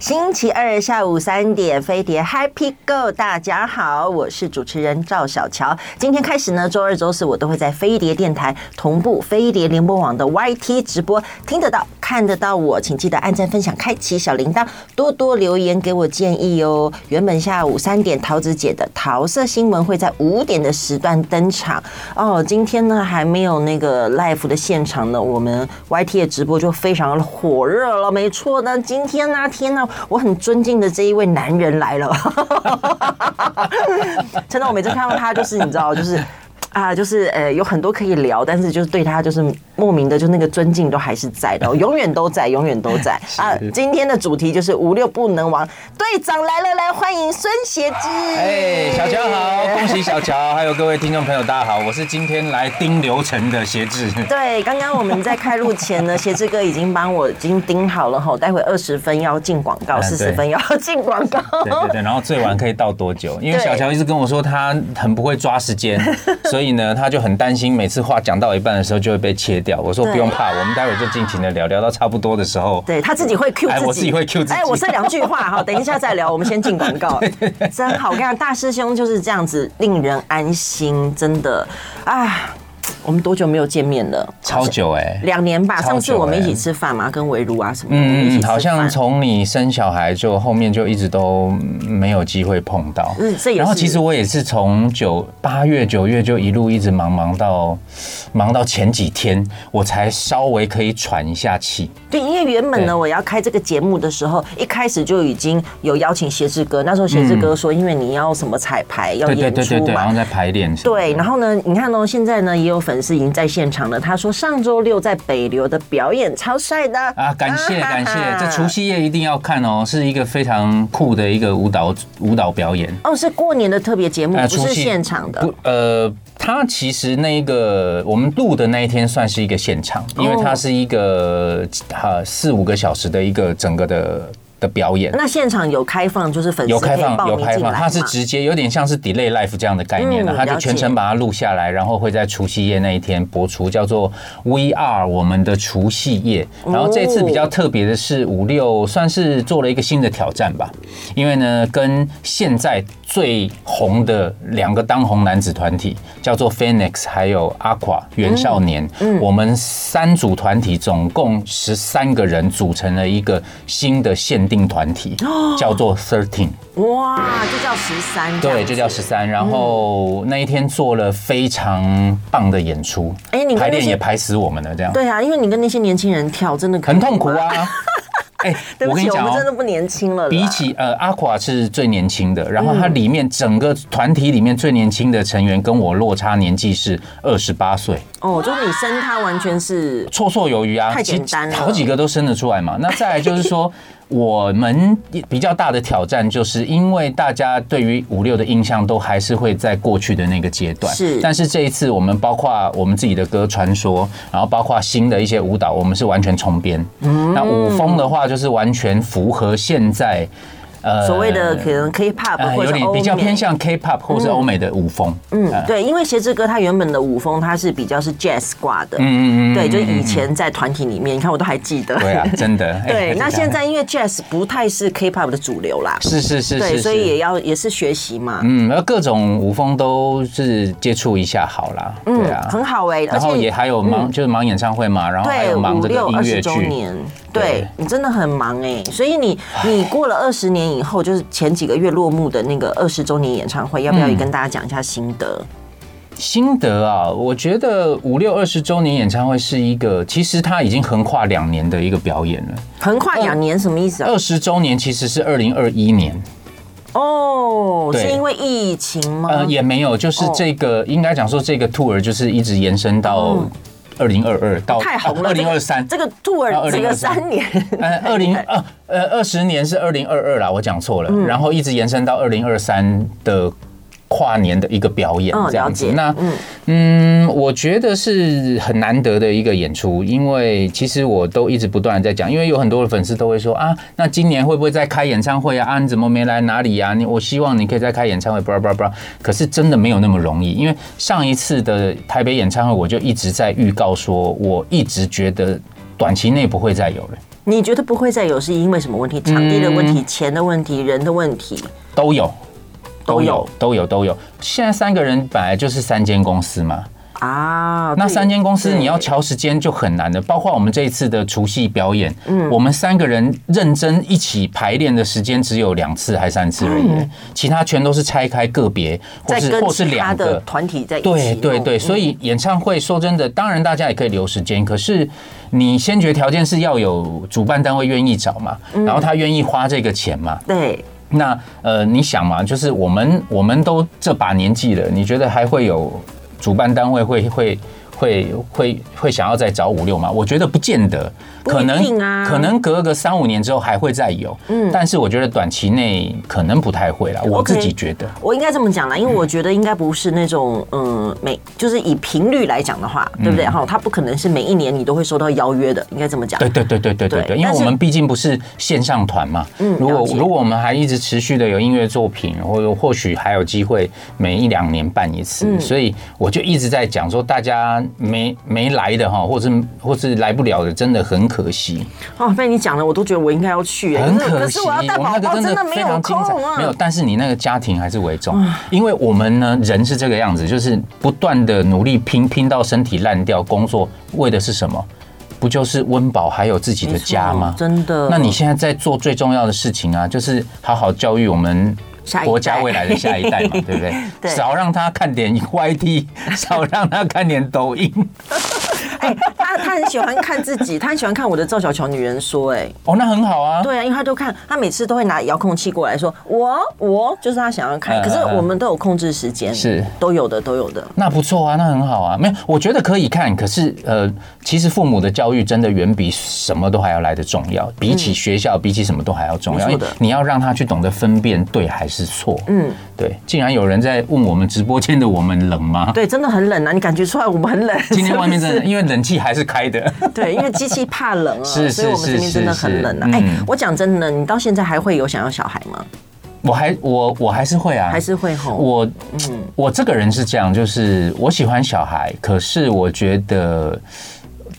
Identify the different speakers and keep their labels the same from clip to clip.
Speaker 1: 星期二下午三点，飞碟 Happy Go，大家好，我是主持人赵小乔。今天开始呢，周二、周四我都会在飞碟电台同步飞碟联播网的 YT 直播，听得到、看得到我，请记得按赞、分享、开启小铃铛，多多留言给我建议哦。原本下午三点桃子姐的桃色新闻会在五点的时段登场哦，今天呢还没有那个 live 的现场呢，我们 YT 的直播就非常火热了，没错。那今天呢、天呐、我很尊敬的这一位男人来了。 真的，我每次看到他，就是你知道，就是啊，就是呃，有很多可以聊，但是就是对他就是莫名的，就那个尊敬都还是在的，哦永远都在，永远都在 啊。今天的主题就是五六不能亡，队长来了，来欢迎孙协之。
Speaker 2: 哎，小乔好，恭喜小乔，还有各位听众朋友，大家好，我是今天来盯流程的协 志。
Speaker 1: 对，刚刚我们在开录前呢，协志哥已经帮我已经盯好了哈，待会二十分要进广告，
Speaker 2: 嗯
Speaker 1: 四十
Speaker 2: 对
Speaker 1: 分要进广告。
Speaker 2: 对对对，然后最晚可以到多久？因为
Speaker 1: 对
Speaker 2: 小乔一直跟我说他很不会抓时间， 所以呢，他就很担心每次话讲到一半的时候就会被切掉。我说
Speaker 1: 对
Speaker 2: 不用怕，我们待会就尽情的聊，聊到差不多的时候，
Speaker 1: 对他自己会 Q 自
Speaker 2: 哎
Speaker 1: 己，
Speaker 2: 我自己会 cue 自己
Speaker 1: 哎，我这两句话 哈，等一下再聊，我们先进广告。真好，我跟你讲，大师兄就是这样子，令人安心，真的啊。我们多久没有见面了？
Speaker 2: 超久哎。
Speaker 1: 两年吧。
Speaker 2: 超久
Speaker 1: 上次我们一起
Speaker 2: 哎
Speaker 1: 吃饭嘛，跟围炉啊什么的，我们一
Speaker 2: 嗯
Speaker 1: 起
Speaker 2: 嗯，
Speaker 1: 吃
Speaker 2: 好像
Speaker 1: 饭
Speaker 2: 从你生小孩就后面就一直都没有机会碰到。
Speaker 1: 嗯这也是
Speaker 2: 然后其实我也是从九八月九月就一路一直忙忙到忙到前几天，我才稍微可以喘一下气。
Speaker 1: 对，因为原本呢，
Speaker 2: 对
Speaker 1: 我要开这个节目的时候，一开始就已经有邀请协志哥。那时候协志哥说，因为你要什么彩排，要
Speaker 2: 对对
Speaker 1: 演
Speaker 2: 对
Speaker 1: 出
Speaker 2: 对对，然
Speaker 1: 嘛
Speaker 2: 后，再排练什么的。
Speaker 1: 对，然后呢，你看哦，现在呢也有粉丝已经在现场了。他说上周六在北流的表演超帅的
Speaker 2: 啊，感
Speaker 1: 啊
Speaker 2: 谢
Speaker 1: 哈
Speaker 2: 感谢
Speaker 1: 哈，
Speaker 2: 这除夕夜一定要看哦，是一个非常酷的一个舞蹈舞蹈表演。
Speaker 1: 哦，是过年的特别节目，
Speaker 2: 呃
Speaker 1: 不是
Speaker 2: 除夕
Speaker 1: 现场的
Speaker 2: 不，呃，它其实那一个我们录的那一天算是一个现场，因
Speaker 1: 哦
Speaker 2: 为它是一个呃四五个小时的一个整个的的表演。
Speaker 1: 那现场有开放，就是粉丝
Speaker 2: 有
Speaker 1: 可
Speaker 2: 开
Speaker 1: 以报
Speaker 2: 放，有
Speaker 1: 名
Speaker 2: 开
Speaker 1: 进来
Speaker 2: 放，它是
Speaker 1: 嘛
Speaker 2: 直接有点像是 delay life 这样的概念
Speaker 1: 嗯
Speaker 2: 的，它就
Speaker 1: 了解
Speaker 2: 全程把它录下来，然后会在除夕夜那一天播出，叫做 VR 我们的除夕夜。然后这次比较特别的是五六算是做了一个新的挑战吧，因为呢跟现在最红的两个当红男子团体叫做 Phoenix 还有 Aqua 袁少年，
Speaker 1: 嗯
Speaker 2: 我们三组团体总共十三个人组成了一个新的限定团体，
Speaker 1: 哦
Speaker 2: 叫做 Thirteen。
Speaker 1: 哇，就叫十三，
Speaker 2: 对，就叫十。三。然后那一天做了非常棒的演出，
Speaker 1: 哎你跟那些
Speaker 2: 排练也排死我们了，这样
Speaker 1: 对啊，因为你跟那些年轻人跳，真的可以
Speaker 2: 很痛苦
Speaker 1: 吗。
Speaker 2: 啊。哎，
Speaker 1: 对
Speaker 2: 我
Speaker 1: 不
Speaker 2: 跟你
Speaker 1: 起，啊我们
Speaker 2: 讲
Speaker 1: 真的
Speaker 2: 哦。
Speaker 1: 不年轻了啦。
Speaker 2: 比起呃阿垮是最年轻的，然后
Speaker 1: 嗯
Speaker 2: 他里面整个团体里面最年轻的成员跟我落差年纪是二十八岁，
Speaker 1: 哦，就是你生他完全是
Speaker 2: 绰绰有余啊，
Speaker 1: 太
Speaker 2: 其
Speaker 1: 简单了
Speaker 2: 好几个都生得出来嘛。那再来就是 说，我们比较大的挑战，就是因为大家对于五六的印象都还是会在过去的那个阶段，
Speaker 1: 是
Speaker 2: 但是这一次，我们包括我们自己的歌《传说》，然后包括新的一些舞蹈，我们是完全重编。
Speaker 1: 嗯
Speaker 2: 那舞风的话，就是完全符合现在。呃
Speaker 1: 所谓的可能 K-pop
Speaker 2: 呃
Speaker 1: 或
Speaker 2: 有
Speaker 1: 者是
Speaker 2: 点
Speaker 1: 欧
Speaker 2: 比较
Speaker 1: 美
Speaker 2: 偏向 K-pop 或是欧美的舞风，
Speaker 1: 嗯，对，因为鞋子哥他原本的舞风他是比较是 jazz 挂的，嗯嗯嗯，对，就以前在团体里面，你看我都还记得。
Speaker 2: 对啊，真的。哎
Speaker 1: 对，那现
Speaker 2: 在
Speaker 1: 在因为 jazz 不太是 K-pop 的主流啦，
Speaker 2: 是是是是，
Speaker 1: 对，
Speaker 2: 是
Speaker 1: 所以也要也是学习嘛，
Speaker 2: 嗯，然后各种舞风都是接触一下好啦，对啊，
Speaker 1: 很好哎，而
Speaker 2: 然后
Speaker 1: 且嗯
Speaker 2: 也还有忙，就是忙演唱会嘛，然后还
Speaker 1: 对
Speaker 2: 有忙
Speaker 1: 五
Speaker 2: 这个
Speaker 1: 六
Speaker 2: 音
Speaker 1: 二十
Speaker 2: 乐
Speaker 1: 周
Speaker 2: 剧。
Speaker 1: 年，对
Speaker 2: 对
Speaker 1: 你真的很忙哎，所以你你过了二十年以后，就是前几个月落幕的那个二十周年演唱会，要不
Speaker 2: 嗯
Speaker 1: 要也跟大家讲一下心得？
Speaker 2: 心得啊，我觉得五六二十周年演唱会是一个，其实它已经横跨两年的一个表演了。
Speaker 1: 横跨两
Speaker 2: 嗯
Speaker 1: 年什么意思啊？
Speaker 2: 二十周年其实是二零二一年，
Speaker 1: 哦，
Speaker 2: 对
Speaker 1: 是因为疫情吗？
Speaker 2: 呃，也没有，就是
Speaker 1: 哦
Speaker 2: 这个、应该讲说这个 tour 就是一直延伸到二零二二到
Speaker 1: 嗯太红了，
Speaker 2: 二零二三，
Speaker 1: 这个这个 tour
Speaker 2: 到
Speaker 1: 只有
Speaker 2: 2023
Speaker 1: 三年，
Speaker 2: 呃，二零二呃二十年是二零二二啦，我讲错
Speaker 1: 嗯
Speaker 2: 了，然后一直延伸到二零二三的跨年的一个表演
Speaker 1: 嗯
Speaker 2: 这样子。
Speaker 1: 了解
Speaker 2: 那嗯，我觉得是很难得的一个演出，因为其实我都一直不断的在讲，因为有很多的粉丝都会说啊，那今年会不会再开演唱会啊？啊，你怎么没来哪里啊？你我希望你可以再开演唱会，巴拉巴拉巴拉。可是真的没有那么容易，因为上一次的台北演唱会，我就一直在预告说，我一直觉得短期内不会再有了。
Speaker 1: 你觉得不会再有是因为什么问题？场地的问题、钱的问题、人的问题，
Speaker 2: 都有，
Speaker 1: 都有
Speaker 2: 都有，都有。现在三个人本来就是三间公司嘛，
Speaker 1: 啊，
Speaker 2: 那
Speaker 1: 对
Speaker 2: 三间公司
Speaker 1: 对
Speaker 2: 你要调时间就很难的，包括我们这一次的除夕表演，
Speaker 1: 嗯
Speaker 2: 我们三个人认真一起排练的时间只有两次还三次而已，其他全都是拆开个别，或
Speaker 1: 再
Speaker 2: 是
Speaker 1: 嗯跟
Speaker 2: 或是
Speaker 1: 其他
Speaker 2: 两
Speaker 1: 的
Speaker 2: 个。
Speaker 1: 团体在一起哦嗯
Speaker 2: 对
Speaker 1: 弄，
Speaker 2: 对对，所以演唱会说真的，当然大家也可以留时间，可是你先决条件是要有主办单位愿意找嘛，
Speaker 1: 嗯
Speaker 2: 然后他愿意花这个钱嘛，
Speaker 1: 对，
Speaker 2: 那呃，你想嘛，就是我们我们都这把年纪了，你觉得还会有主办单位会会会会会想要再找五六吗？我觉得不见得，
Speaker 1: 不一
Speaker 2: 可能
Speaker 1: 定啊
Speaker 2: 可能隔个三五年之后还会再有，嗯，但是我觉得短期内可能不太会啦，我
Speaker 1: OK
Speaker 2: 自己觉得。
Speaker 1: 我应该这么讲啦，因为
Speaker 2: 嗯
Speaker 1: 我觉得应该不是那种嗯每就是以频率来讲的话，
Speaker 2: 嗯
Speaker 1: 对不对？哈，它不可能是每一年你都会收到邀约的，应该这么讲
Speaker 2: 对。对对对对对
Speaker 1: 对
Speaker 2: 对，因为
Speaker 1: 但
Speaker 2: 我
Speaker 1: 是
Speaker 2: 们毕竟不是线上团嘛。
Speaker 1: 嗯
Speaker 2: 如
Speaker 1: 了
Speaker 2: 果
Speaker 1: 解
Speaker 2: 如果我们还一直持续的有音乐作品，或者或许还有机会每一两年办一次。
Speaker 1: 嗯
Speaker 2: 所以我就一直在讲说，大家没没来的哈，或是或是来不了的，真的很可惜，
Speaker 1: 哦，被你讲了，我都觉得我应该要去、欸，
Speaker 2: 很
Speaker 1: 可是
Speaker 2: 可
Speaker 1: 可
Speaker 2: 惜。
Speaker 1: 是我要带
Speaker 2: 们
Speaker 1: 宝
Speaker 2: 那
Speaker 1: 宝，
Speaker 2: 个
Speaker 1: 真
Speaker 2: 真
Speaker 1: 的没
Speaker 2: 非
Speaker 1: 有
Speaker 2: 常
Speaker 1: 空
Speaker 2: 精彩，
Speaker 1: 啊。
Speaker 2: 没有。但是你那个家庭还是为重，因为我们呢人是这个样子，就是不断的努力拼拼到身体烂掉，工作为的是什么？不就是温饱还有自己的家吗
Speaker 1: 没？错真的。
Speaker 2: 那你现在在做最重要的事情啊，就是好好教育我们
Speaker 1: 下一代
Speaker 2: 国家未来的下一 代嘛，对不对？
Speaker 1: 对
Speaker 2: 少让他看点 YT，少让他看点 抖音。
Speaker 1: 哎、他他很喜欢看自己，他很喜欢看我的赵小乔女人说、哎，
Speaker 2: 哦，那很好啊。
Speaker 1: 对啊，因为他都看，他每次都会拿遥控器过来说，我我就是他想要看，
Speaker 2: 嗯
Speaker 1: 可是我们都有控制时间，
Speaker 2: 是
Speaker 1: 都有的，都有的。
Speaker 2: 那不错啊，那很好啊。没有，我觉得可以看，可是呃，其实父母的教育真的远比什么都还要来得重要，比起学校，比起什么都还要重
Speaker 1: 嗯
Speaker 2: 要。
Speaker 1: 没
Speaker 2: 因
Speaker 1: 错
Speaker 2: 为
Speaker 1: 的
Speaker 2: 你要让他去懂得分辨对还是错。
Speaker 1: 嗯，
Speaker 2: 对。竟然有人在问我们直播间的我们冷吗？
Speaker 1: 对，真的很冷啊，你感觉出来我们很冷。
Speaker 2: 今天外面
Speaker 1: 是
Speaker 2: 真的，因为冷气还是开的。
Speaker 1: 不是对，因为机器怕冷啊，
Speaker 2: 是
Speaker 1: 所以我们
Speaker 2: 是
Speaker 1: 这边真的
Speaker 2: 是
Speaker 1: 很冷啊。
Speaker 2: 是
Speaker 1: 哎、
Speaker 2: 嗯
Speaker 1: 我讲真的，你到现在还会有想要小孩吗？
Speaker 2: 我还我我还是会啊，
Speaker 1: 还是嗯会吼？
Speaker 2: 我我这个人是这样，就是我喜欢小孩，可是我觉得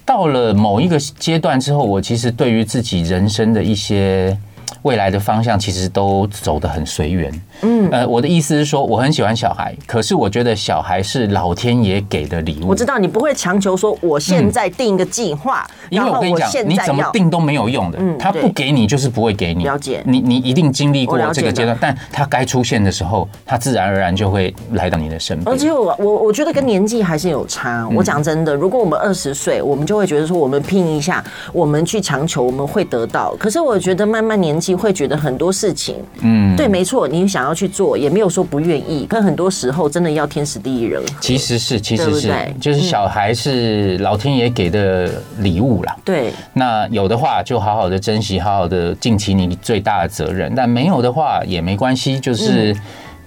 Speaker 2: 到了某一个阶段之后，我其实对于自己人生的一些。未来的方向其实都走得很随缘，嗯，呃，我的意思是说，我很喜欢小孩，可是我觉得小孩是老天爷给的礼物。
Speaker 1: 我知道你不会强求说我现在定一个计划，
Speaker 2: 因为
Speaker 1: 然
Speaker 2: 我
Speaker 1: 后
Speaker 2: 跟你
Speaker 1: 我
Speaker 2: 讲，
Speaker 1: 现
Speaker 2: 你
Speaker 1: 在
Speaker 2: 怎么
Speaker 1: 要。
Speaker 2: 定都没有用的，
Speaker 1: 嗯
Speaker 2: 他不
Speaker 1: 对
Speaker 2: 给你就是不会给你。
Speaker 1: 了解
Speaker 2: 你你一定经历过
Speaker 1: 我了解
Speaker 2: 这个阶段
Speaker 1: 的，
Speaker 2: 但他该出现的时候，他自然而然就会来到你的身边
Speaker 1: 而。且我我我觉得跟年纪还是有差。
Speaker 2: 嗯
Speaker 1: 我讲真的，如果我们二十岁，我们就会觉得说我们拼一下，我们去强求，我们会得到。可是我觉得慢慢年纪会觉得很多事情，嗯，对，没错，你想要去做，也没有说不愿意。可很多时候真的要天时地利人和。
Speaker 2: 其实是，其
Speaker 1: 对不
Speaker 2: 实是
Speaker 1: 对，
Speaker 2: 就是小孩是老天爷给的礼物啦。
Speaker 1: 对，
Speaker 2: 那有的话就好好的珍惜，好好的尽起你最大的责任。但没有的话也没关系，就是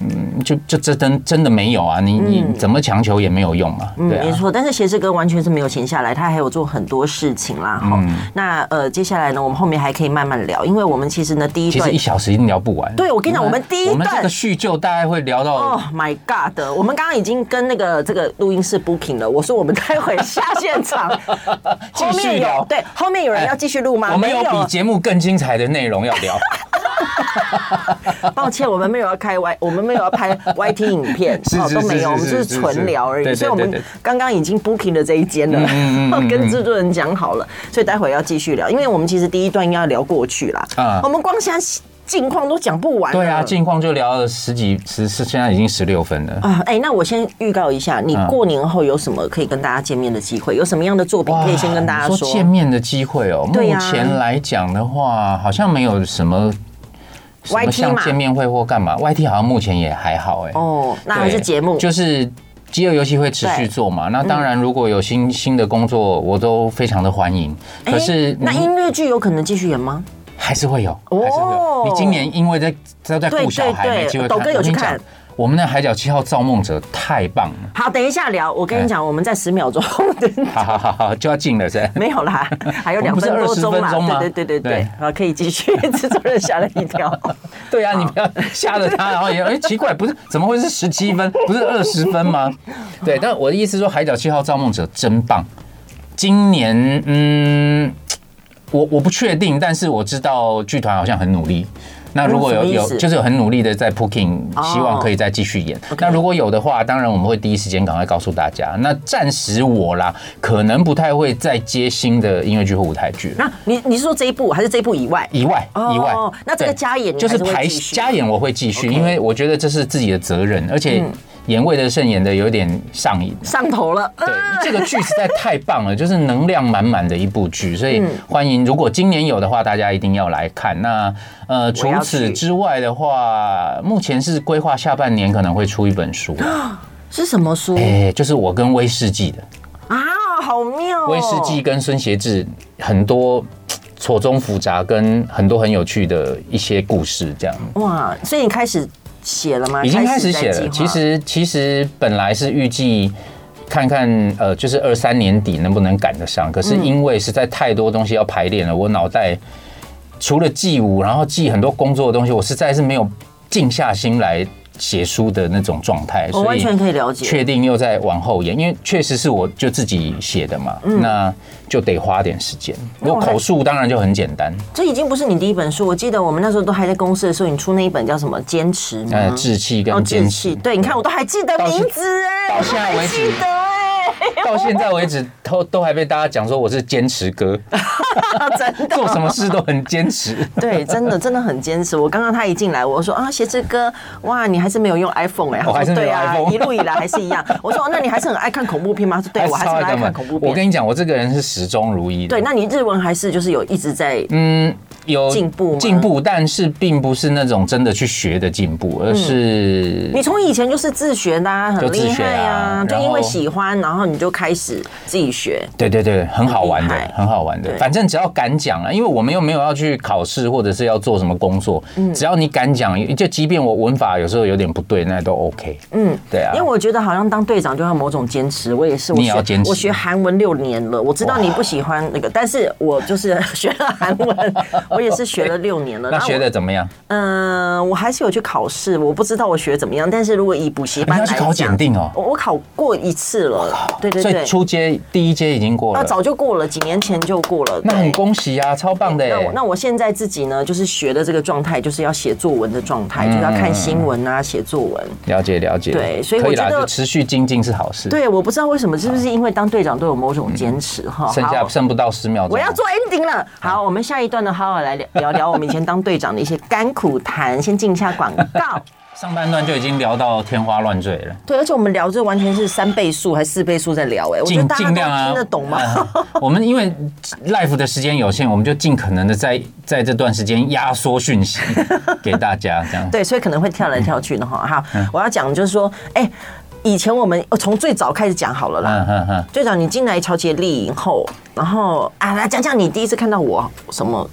Speaker 2: 嗯，就就这真真的没有啊，你你怎么强求也没有用嘛，
Speaker 1: 嗯，
Speaker 2: 对
Speaker 1: 没
Speaker 2: 啊。
Speaker 1: 错。但是斜志哥完全是没有闲下来，他还有做很多事情啦。哈、
Speaker 2: 嗯
Speaker 1: 那呃，接下来呢，我们后面还可以慢慢聊，因为我们其实呢，第一
Speaker 2: 其实
Speaker 1: 段
Speaker 2: 一小时一定聊不完。
Speaker 1: 对我跟你讲我们第一
Speaker 2: 我们
Speaker 1: 段
Speaker 2: 这个叙旧大概会聊到
Speaker 1: 哦、my God！我们刚刚已经跟那个这个录音室 booking 了，我说我们待会下现场，
Speaker 2: 继
Speaker 1: 后面
Speaker 2: 续聊哎
Speaker 1: 有对，后面有人要继续录吗？
Speaker 2: 我们有比节目更精彩的内容要聊，
Speaker 1: 抱歉，我们没有要开 Y，我们没有要 拍 YT 影片，哦
Speaker 2: 是是
Speaker 1: 都没
Speaker 2: 是
Speaker 1: 有，我们
Speaker 2: 是
Speaker 1: 就是
Speaker 2: 是
Speaker 1: 纯聊而已。
Speaker 2: 是
Speaker 1: 所以我
Speaker 2: 对对
Speaker 1: 们
Speaker 2: 对
Speaker 1: 刚刚已经 booking 了这一间了
Speaker 2: 嗯嗯嗯，嗯
Speaker 1: 跟制作人讲好了， 所以待会要继续聊，因为我们其实第一段应该要聊过去啦
Speaker 2: 啊，
Speaker 1: 我们光现在近况都讲不完。
Speaker 2: 对啊，。近况就聊了十几十是现在已经十六分了。
Speaker 1: 啊，哎、那我先预告一下，
Speaker 2: 嗯
Speaker 1: 你过年后有什么可以跟大家见面的机会？有什么样的作品可以先跟大家
Speaker 2: 你
Speaker 1: 说？
Speaker 2: 说见面的机会哦。目
Speaker 1: 对呀
Speaker 2: 前来讲的话，好像没有什么什
Speaker 1: YT
Speaker 2: 么像
Speaker 1: 嘛
Speaker 2: 见面会或干嘛。YT 好像目前也还好哎。
Speaker 1: 哦，那
Speaker 2: 对，
Speaker 1: 还是节目，
Speaker 2: 就是。饥饿游戏会持续做嘛？那当然，如果有新新的工作，我都非常的欢迎。
Speaker 1: 哎
Speaker 2: 可是
Speaker 1: 那
Speaker 2: 你
Speaker 1: 音乐剧有可能继续演吗？
Speaker 2: 还是会有，
Speaker 1: 哦
Speaker 2: 还是会有。你今年因为在都在顾小孩，
Speaker 1: 对对对
Speaker 2: 没机会
Speaker 1: 抖
Speaker 2: 看。
Speaker 1: 哥有
Speaker 2: 我跟
Speaker 1: 去
Speaker 2: 你讲
Speaker 1: 看
Speaker 2: 我们的《海角七号》造梦者太棒了，
Speaker 1: 好，等一下聊。我
Speaker 2: 哎
Speaker 1: 跟你讲，我们在十秒钟，
Speaker 2: 好好好好，就要进了噻。
Speaker 1: 没有啦，还有
Speaker 2: 我
Speaker 1: 两
Speaker 2: 们不是
Speaker 1: 分多
Speaker 2: 20
Speaker 1: 钟
Speaker 2: 分
Speaker 1: 啦。
Speaker 2: 钟吗
Speaker 1: 对对对对对
Speaker 2: 对，
Speaker 1: 好，可以继续。制作人吓了一 跳。
Speaker 2: 对啊，你不 要吓了他，然后也哎奇怪，不是怎么会是十七分，不是二十分 吗？对，但我的意思说，《海角七号》造梦者真棒，今年嗯。我我不确定，但是我知道剧团好像很努力。那如果
Speaker 1: 嗯
Speaker 2: 有
Speaker 1: 什么意
Speaker 2: 有
Speaker 1: 思
Speaker 2: 就是有很努力的在 booking，
Speaker 1: 哦
Speaker 2: 希望可以再继续演。
Speaker 1: OK
Speaker 2: 那如果有的话，当然我们会第一时间赶快告诉大家。那暂时我啦，可能不太会再接新的音乐剧或舞台剧了。
Speaker 1: 那你你是说这一部还是这一部以外？
Speaker 2: 以外，
Speaker 1: 哦
Speaker 2: 以外，
Speaker 1: 那这个
Speaker 2: 对
Speaker 1: 加演你
Speaker 2: 就是
Speaker 1: 还是会
Speaker 2: 排
Speaker 1: 继续
Speaker 2: 加演我会继续，
Speaker 1: OK 嗯
Speaker 2: 因为我觉得这是自己的责任，而且演魏德胜演的有点上瘾。
Speaker 1: 上头了，
Speaker 2: 对，这个剧实在太棒了，就是能量满满的一部剧，所以
Speaker 1: 嗯
Speaker 2: 欢迎。如果今年有的话，大家一定要来看。那呃，除
Speaker 1: 要去
Speaker 2: 此之外的话，目前是规划下半年可能会出一本书，
Speaker 1: 哦是什么书
Speaker 2: 哎，就是我跟威士忌的，
Speaker 1: 啊？好妙哦！
Speaker 2: 威士忌跟孙协志很多错综复杂，跟很多很有趣的一些故事这样。
Speaker 1: 哇，所以你开始写了吗？
Speaker 2: 已经开始
Speaker 1: 在
Speaker 2: 写
Speaker 1: 计
Speaker 2: 了。
Speaker 1: 划
Speaker 2: 其实其实本来是预计看看呃，就是二三年底能不能赶得上，可是因为实在太多东西要排练了，我脑袋除了记舞，然后记很多工作的东西，我实在是没有静下心来写书的那种状态，
Speaker 1: 我
Speaker 2: 所
Speaker 1: 完
Speaker 2: 以。
Speaker 1: 全可以了解。
Speaker 2: 确定又在往后延，因为确实是我就自己写的嘛，那就得花点时间。
Speaker 1: 那我
Speaker 2: 我
Speaker 1: 还
Speaker 2: 口述当然就很简单，
Speaker 1: 这已经不是你第一本书，我记得我们那时候都还在公司的时候，你出那一本叫什么《坚持》
Speaker 2: 呃，
Speaker 1: 吗？
Speaker 2: 志气
Speaker 1: 哦，
Speaker 2: 跟
Speaker 1: 志
Speaker 2: 坚持
Speaker 1: 气。对，你看我都还记得
Speaker 2: 到现
Speaker 1: 名字哎，
Speaker 2: 到现
Speaker 1: 我
Speaker 2: 在
Speaker 1: 都还
Speaker 2: 为止
Speaker 1: 记得哎，
Speaker 2: 到现在为止，都都还被大家讲说我是坚持哥， 真 的，做什么事都很坚持。
Speaker 1: 哎对，真的真的很坚持。我刚刚他一进来，我说啊，鞋子哥，哇，你还是没有用 iPhone 哎、他
Speaker 2: 我还
Speaker 1: 说
Speaker 2: 是没有
Speaker 1: 对啊，
Speaker 2: iPhone
Speaker 1: 一路以来还是一 样。我说、哦、那你还是很爱看恐怖片吗？他说 对，我还是
Speaker 2: 超爱
Speaker 1: 很爱
Speaker 2: 干嘛
Speaker 1: 看恐怖
Speaker 2: 我
Speaker 1: 片。
Speaker 2: 跟你讲，我这个人是始终如一的。
Speaker 1: 对，那你日文还是就是有一直在
Speaker 2: 嗯，有
Speaker 1: 进步吗
Speaker 2: 进步，但是并不是那种真的去学的进步，而是
Speaker 1: 你从以前就是自学的、啊，很
Speaker 2: 就自
Speaker 1: 厉
Speaker 2: 学
Speaker 1: 害啊，
Speaker 2: 啊
Speaker 1: 就
Speaker 2: 然
Speaker 1: 因为
Speaker 2: 后
Speaker 1: 喜欢，然后你就开始自己学。
Speaker 2: 对对对，很好玩的
Speaker 1: 很厉害，
Speaker 2: 很好玩的
Speaker 1: 对。
Speaker 2: 反正只要敢讲啊了，因为我们又没有要去考试或者是要做什么工作，
Speaker 1: 嗯
Speaker 2: 只要你敢讲，就即便我文法有时候有点不对，那都 OK。
Speaker 1: 嗯，
Speaker 2: 对啊
Speaker 1: 因为，我觉得好像当队长就要某种坚持，我也是，我
Speaker 2: 你也要
Speaker 1: 学
Speaker 2: 坚持
Speaker 1: 我学韩文六年了，我知道
Speaker 2: 哇
Speaker 1: 你不喜欢那个，但是我就是 学了韩 文，我也是学了六年了。
Speaker 2: 那
Speaker 1: 然后
Speaker 2: 学
Speaker 1: 我
Speaker 2: 的怎么样？
Speaker 1: 嗯，我还是有去考试，我不知道我学怎么样。但是如果以补习班
Speaker 2: 你
Speaker 1: 来
Speaker 2: 要去
Speaker 1: 讲，
Speaker 2: 考检定哦
Speaker 1: 我我考过一次了，对对
Speaker 2: 所
Speaker 1: 对
Speaker 2: 以，初阶第一阶已经过
Speaker 1: 啊，
Speaker 2: 了。
Speaker 1: 早就过了，几年前就过了。
Speaker 2: 那
Speaker 1: 对
Speaker 2: 很恭喜啊，超棒的耶！
Speaker 1: 那我那我现在自己呢，就是学的这个状态，就是要写作文的状态，就是要看
Speaker 2: 嗯
Speaker 1: 新闻啊，写作文。
Speaker 2: 了解了解，
Speaker 1: 对所以
Speaker 2: 可
Speaker 1: 我
Speaker 2: 以
Speaker 1: 觉
Speaker 2: 啦，
Speaker 1: 得
Speaker 2: 就持续精进是好事。，
Speaker 1: 对，我不知道为什么，是不是因为当队长都有某种坚持啊哈？
Speaker 2: 嗯剩下
Speaker 1: 好
Speaker 2: 剩不到十秒钟，
Speaker 1: 我要做 ending 了。好，
Speaker 2: 嗯
Speaker 1: 我们下一段呢，好好来聊聊聊我们以前当队长的一些甘苦谈。先进一下广告。
Speaker 2: 上半段就已经聊到天花乱坠了，
Speaker 1: 对，而且我们聊这完全是三倍速还是四倍速在聊、哎，我觉得
Speaker 2: 尽
Speaker 1: 大家
Speaker 2: 尽量
Speaker 1: 都
Speaker 2: 啊，
Speaker 1: 听得懂吗？
Speaker 2: 嗯我们因为 life 的时间有限，我们就尽可能的在在这段时间压缩讯息给大家，这样。
Speaker 1: 对，所以可能会跳来跳去的哈。哈，
Speaker 2: 嗯
Speaker 1: 我要讲就是说，哎、以前我们哦从最早开始讲好了啦。
Speaker 2: 嗯嗯嗯，
Speaker 1: 队长，你进来乔杰丽以后，然后啊，来讲讲你第一次看到我什么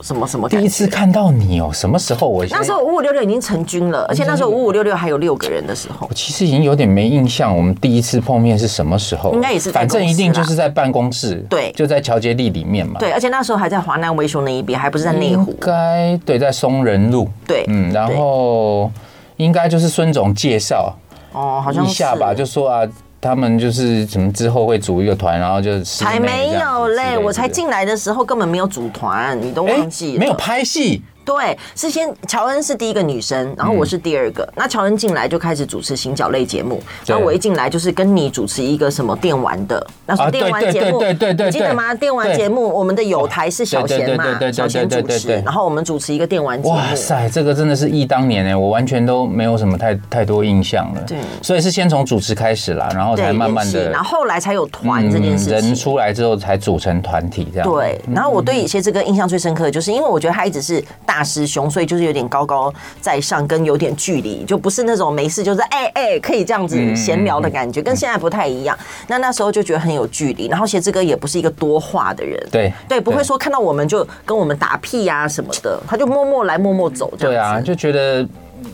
Speaker 1: 什么什么感觉
Speaker 2: 第一次看到你哦，什么时候？我
Speaker 1: 那时候五五六六已经成军了，而且那时候五五六六还有六个人的时候
Speaker 2: 我，其实已经有点没印象，我们第一次碰面是什么时候了？
Speaker 1: 应该也是在
Speaker 2: 反正一定
Speaker 1: 公司
Speaker 2: 就
Speaker 1: 啦
Speaker 2: 是在办公室，
Speaker 1: 对
Speaker 2: 就在乔杰利里面嘛。
Speaker 1: 对，而且那时候还在华南维修那一边，还不是在内湖
Speaker 2: 应，该对，在松仁路。
Speaker 1: 对
Speaker 2: 嗯，然
Speaker 1: 对
Speaker 2: 后应该就是孙总介绍
Speaker 1: 哦，好像
Speaker 2: 一
Speaker 1: 是
Speaker 2: 下吧，就说啊，他们就是什么之后会组一个团，然后就是师妹
Speaker 1: 才没
Speaker 2: 这样
Speaker 1: 有
Speaker 2: 子之类
Speaker 1: 嘞，
Speaker 2: 的
Speaker 1: 我才。进来的时候根本没有组团，你都
Speaker 2: 哎
Speaker 1: 忘记了，
Speaker 2: 没有拍戏，
Speaker 1: 对，是先乔恩是第一个女生，然后
Speaker 2: 嗯
Speaker 1: 我是第二个。那乔恩进来就开始主持行脚类节目，
Speaker 2: 对
Speaker 1: 然后我一进来就是跟你主持一个什么电玩的，那时候
Speaker 2: 啊
Speaker 1: 电玩
Speaker 2: 对
Speaker 1: 节目，
Speaker 2: 对对对对
Speaker 1: 你记得吗？
Speaker 2: 对
Speaker 1: 电玩节目，我们的友台是小贤嘛
Speaker 2: 对对对对，对
Speaker 1: 小贤主
Speaker 2: 对对
Speaker 1: 持
Speaker 2: 对，对
Speaker 1: 然后我们主持一个电玩节目。
Speaker 2: 哇塞，这个真的是忆当年哎，我完全都没有什么太太多印象了。
Speaker 1: 对
Speaker 2: 所以是先从主持开始啦，然后
Speaker 1: 对，
Speaker 2: 才慢慢
Speaker 1: 演戏
Speaker 2: 的，
Speaker 1: 然后后来才有团这件事情。
Speaker 2: 人出来之后才组成团体这样。
Speaker 1: 对，然后我对鞋子哥印象最深刻，的就是因为我觉得他一直是大师兄，所以就是有点高高在上，跟有点距离，就不是那种没事就是哎
Speaker 2: 嗯
Speaker 1: 哎可以这样子闲聊的感觉，跟现在不太一样。那那时候就觉得很有距离，然后鞋子哥也不是一个多话的人，
Speaker 2: 对
Speaker 1: 对，不会
Speaker 2: 对
Speaker 1: 说看到我们啊就跟我们打屁呀、什么的，他就默默来默默走这
Speaker 2: 对
Speaker 1: 样
Speaker 2: 啊，
Speaker 1: 子。
Speaker 2: 就觉得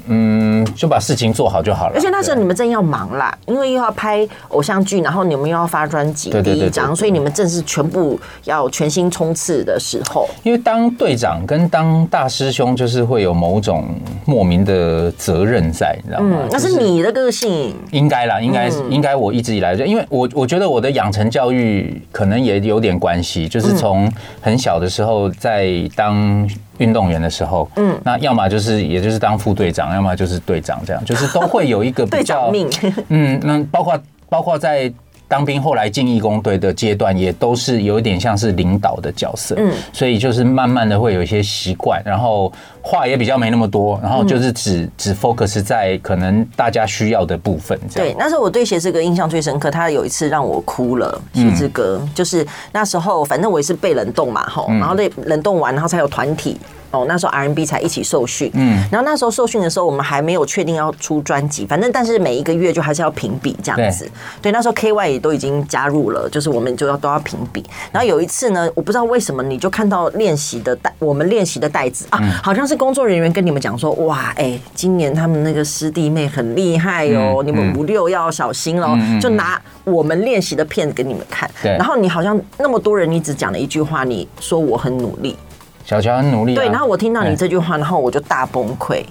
Speaker 2: 嗯，就把事情做好就好了。
Speaker 1: 而且那时候
Speaker 2: 对
Speaker 1: 你们正要忙啦，因为又要拍偶像剧，然后你们又要发专辑
Speaker 2: 对
Speaker 1: 第
Speaker 2: 对对
Speaker 1: 一
Speaker 2: 对
Speaker 1: 张，
Speaker 2: 对
Speaker 1: 所以你们正是全部要全心冲刺的时候。
Speaker 2: 因为当队长跟当大师兄，就是会有某种莫名的责任在，你知道吗？
Speaker 1: 嗯，那是你的个性，
Speaker 2: 应该
Speaker 1: 嗯
Speaker 2: 啦，应该、应该我一直以来就，因为我我觉得我的养成教育可能也有点关系，就是
Speaker 1: 嗯
Speaker 2: 从很小的时候在当运动员的时候，嗯，那要么就是也就是当副队长，要么就是队长这样，就是都会有一个
Speaker 1: 队
Speaker 2: 比较
Speaker 1: 长命。
Speaker 2: 嗯，那包括包括在当兵后来进义工队的阶段，也都是有一点像是领导的角色，
Speaker 1: 嗯
Speaker 2: 所以就是慢慢的会有一些习惯，然后话也比较没那么多，然后就是只、只 focus 在可能大家需要的部分，这样。
Speaker 1: 对，那时候我对写这个印象最深刻，他有一次让我哭了。写这歌、就是那时候，反正我也是被冷冻嘛，吼，然后被冷冻完，然后才有团体。哦，那时候 R&B 才一起受训，嗯，然后那时候受训的时候，我们还没有确定要出专辑，反正但是每一个月就还是要评比这样子。对，那时候 KY 也都已经加入了，就是我们就要都要评比。然后有一次呢，我不知道为什么你就看到练习的袋，我们练习的袋子啊，
Speaker 2: 嗯
Speaker 1: 好像是工作人员跟你们讲说，哇，哎、今年他们那个师弟妹很厉害哦，
Speaker 2: 嗯
Speaker 1: 你们五六要小心喽，
Speaker 2: 嗯嗯
Speaker 1: 就拿我们练习的片子给你们看。
Speaker 2: 对
Speaker 1: 然后你好像那么多人，你只讲了一句话，你说我很努力，
Speaker 2: 小乔很努力、啊。
Speaker 1: 对，然后我听到你
Speaker 2: 哎
Speaker 1: 这句话，然后我就大崩溃。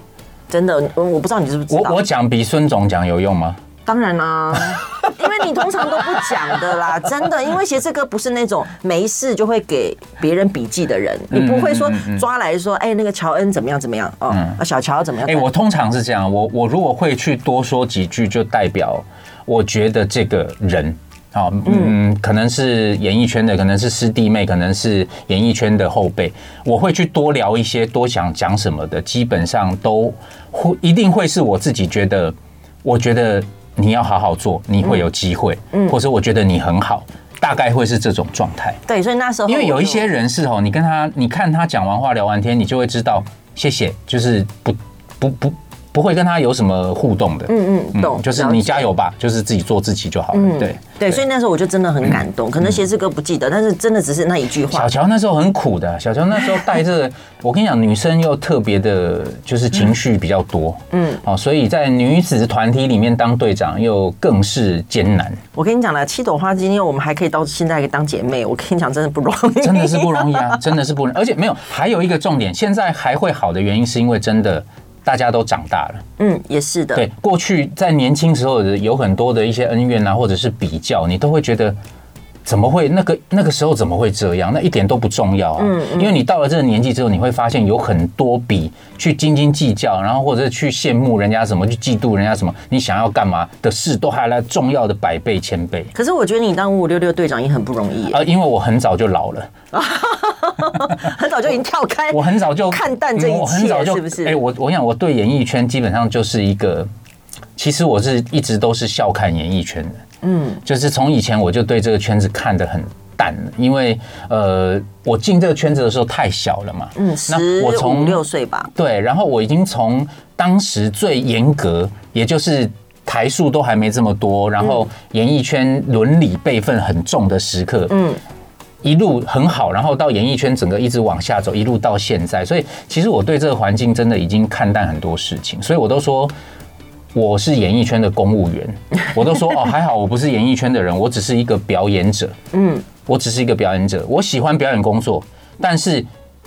Speaker 1: 真的，我我不知道你知不知道。
Speaker 2: 我我讲比孙总讲有用吗？
Speaker 1: 当然啦、因为你通常都不讲的 啦，真的，因为写这歌不是那种没事就会给别人笔记的人，
Speaker 2: 嗯
Speaker 1: 你不会说抓来说，哎、那个乔恩怎么样怎么样哦，啊小乔怎么样？
Speaker 2: 哎、我通常是这样，我我如果会去多说几句，就代表我觉得这个人。啊，嗯，可能是演艺圈的，可能是师弟妹，可能是演艺圈的后辈，我会去多聊一些，多想讲什么的，基本上都会一定会是我自己觉得，我觉得你要好好做，你会有机会，
Speaker 1: 嗯
Speaker 2: 或者我觉得你很好，大概会是这种状态。
Speaker 1: 对，所以那时候
Speaker 2: 因为有
Speaker 1: 我
Speaker 2: 一
Speaker 1: 就
Speaker 2: 些人是哦，你跟他，你看他讲完话聊完天，你就会知道，谢谢，就是不不不不会跟他有什么互动的。
Speaker 1: 嗯嗯懂，
Speaker 2: 就是
Speaker 1: 了解嗯
Speaker 2: 你加油吧，就是自己做自己就好了。对嗯
Speaker 1: 对，所以那时候我就真的很感动，可能写这歌不记得，但是真的只是那一句话
Speaker 2: 小，乔那时候很苦的，小乔那时候带着我跟你讲，女生又特别的，就是情绪比较多，嗯，哦，所以在女子团体里面当队长又更是 艰难，
Speaker 1: 我跟你讲了，七朵花今天我们还可以到现在当姐妹，我跟你讲真的不容易，
Speaker 2: 真的是不容易啊，真的是不容易。而且没有，还有一个重点，现在还会好的原因是因为真的大家都长大了。
Speaker 1: 嗯，也是的，
Speaker 2: 对，过去在年轻时候的有很多的一些恩怨啊，或者是比较，你都会觉得怎么会那个那个时候怎么会这样？那一点都不重要啊。因为你到了这个年纪之后，你会发现有很多比去斤斤计较，然后或者是去羡慕人家什么，去嫉妒人家什么，你想要干嘛的事都还来重要的百倍千倍。
Speaker 1: 可是我觉得你当五五六六队长也很不容易耶，
Speaker 2: 呃，因为我很早就老了，
Speaker 1: 很早就已经跳开，
Speaker 2: 我很早就
Speaker 1: 看淡这一
Speaker 2: 嗯我很早
Speaker 1: 切
Speaker 2: 就是
Speaker 1: 不是
Speaker 2: 哎、我我想我对演艺圈基本上就是一个，其实我是一直都是笑看演艺圈的，嗯，就是从以前我就对这个圈子看得很。淡了，因为呃，我进这个圈子的时候太小了嘛，
Speaker 1: 嗯，十
Speaker 2: 我从
Speaker 1: 五六岁吧，
Speaker 2: 对，然后我已经从当时最严格，也就是台数都还没这么多，然后演艺圈伦理辈分很重的时刻，嗯。一路很好，然后到演艺圈整个一直往下走，一路到现在，所以其实我对这个环境真的已经看淡很多事情，所以我都说我是演艺圈的公务员，我都说哦还好我不是演艺圈的人，我只是一个表演者，我只是一个表演者，我喜欢表演工作，但是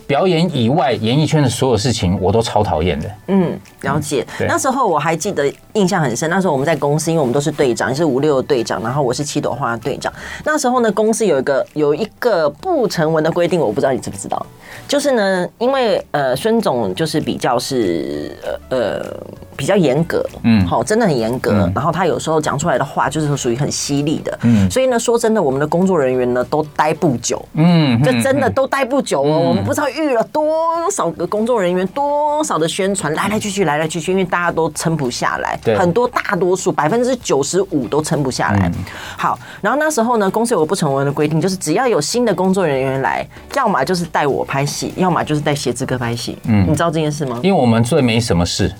Speaker 2: 表演以外，演艺圈的所有事情我都超讨厌的。
Speaker 1: 嗯，了解。
Speaker 2: 对
Speaker 1: 那时候我还记得印象很深，那时候我们在公司，因为我们都是队长，你是五六队长，然后我是七朵花队长。那时候呢，公司有一个有一个不成文的规定，我不知道你知不知道，就是呢，因为呃，孙总就是比较是呃呃比较严格，嗯，好，真的很严格。然后他有时候讲出来的话就是属于很犀利的，嗯，所以呢，说真的，我们的工作人员呢都待不久，
Speaker 2: 嗯，
Speaker 1: 就真的都待不久哦。我们不知道遇了多少个工作人员，多少的宣传，来来去去，来来去去，因为大家都撑不下来
Speaker 2: 对，
Speaker 1: 很多大多数百分之九十五都撑不下
Speaker 2: 嗯
Speaker 1: 来。好，然后那时候呢，公司有个不成文的规定，就是只要有新的工作人员来，要么就是带我拍戏，要么就是带鞋子哥拍戏。嗯，你知道这件事吗？
Speaker 2: 因为我们最没什么事，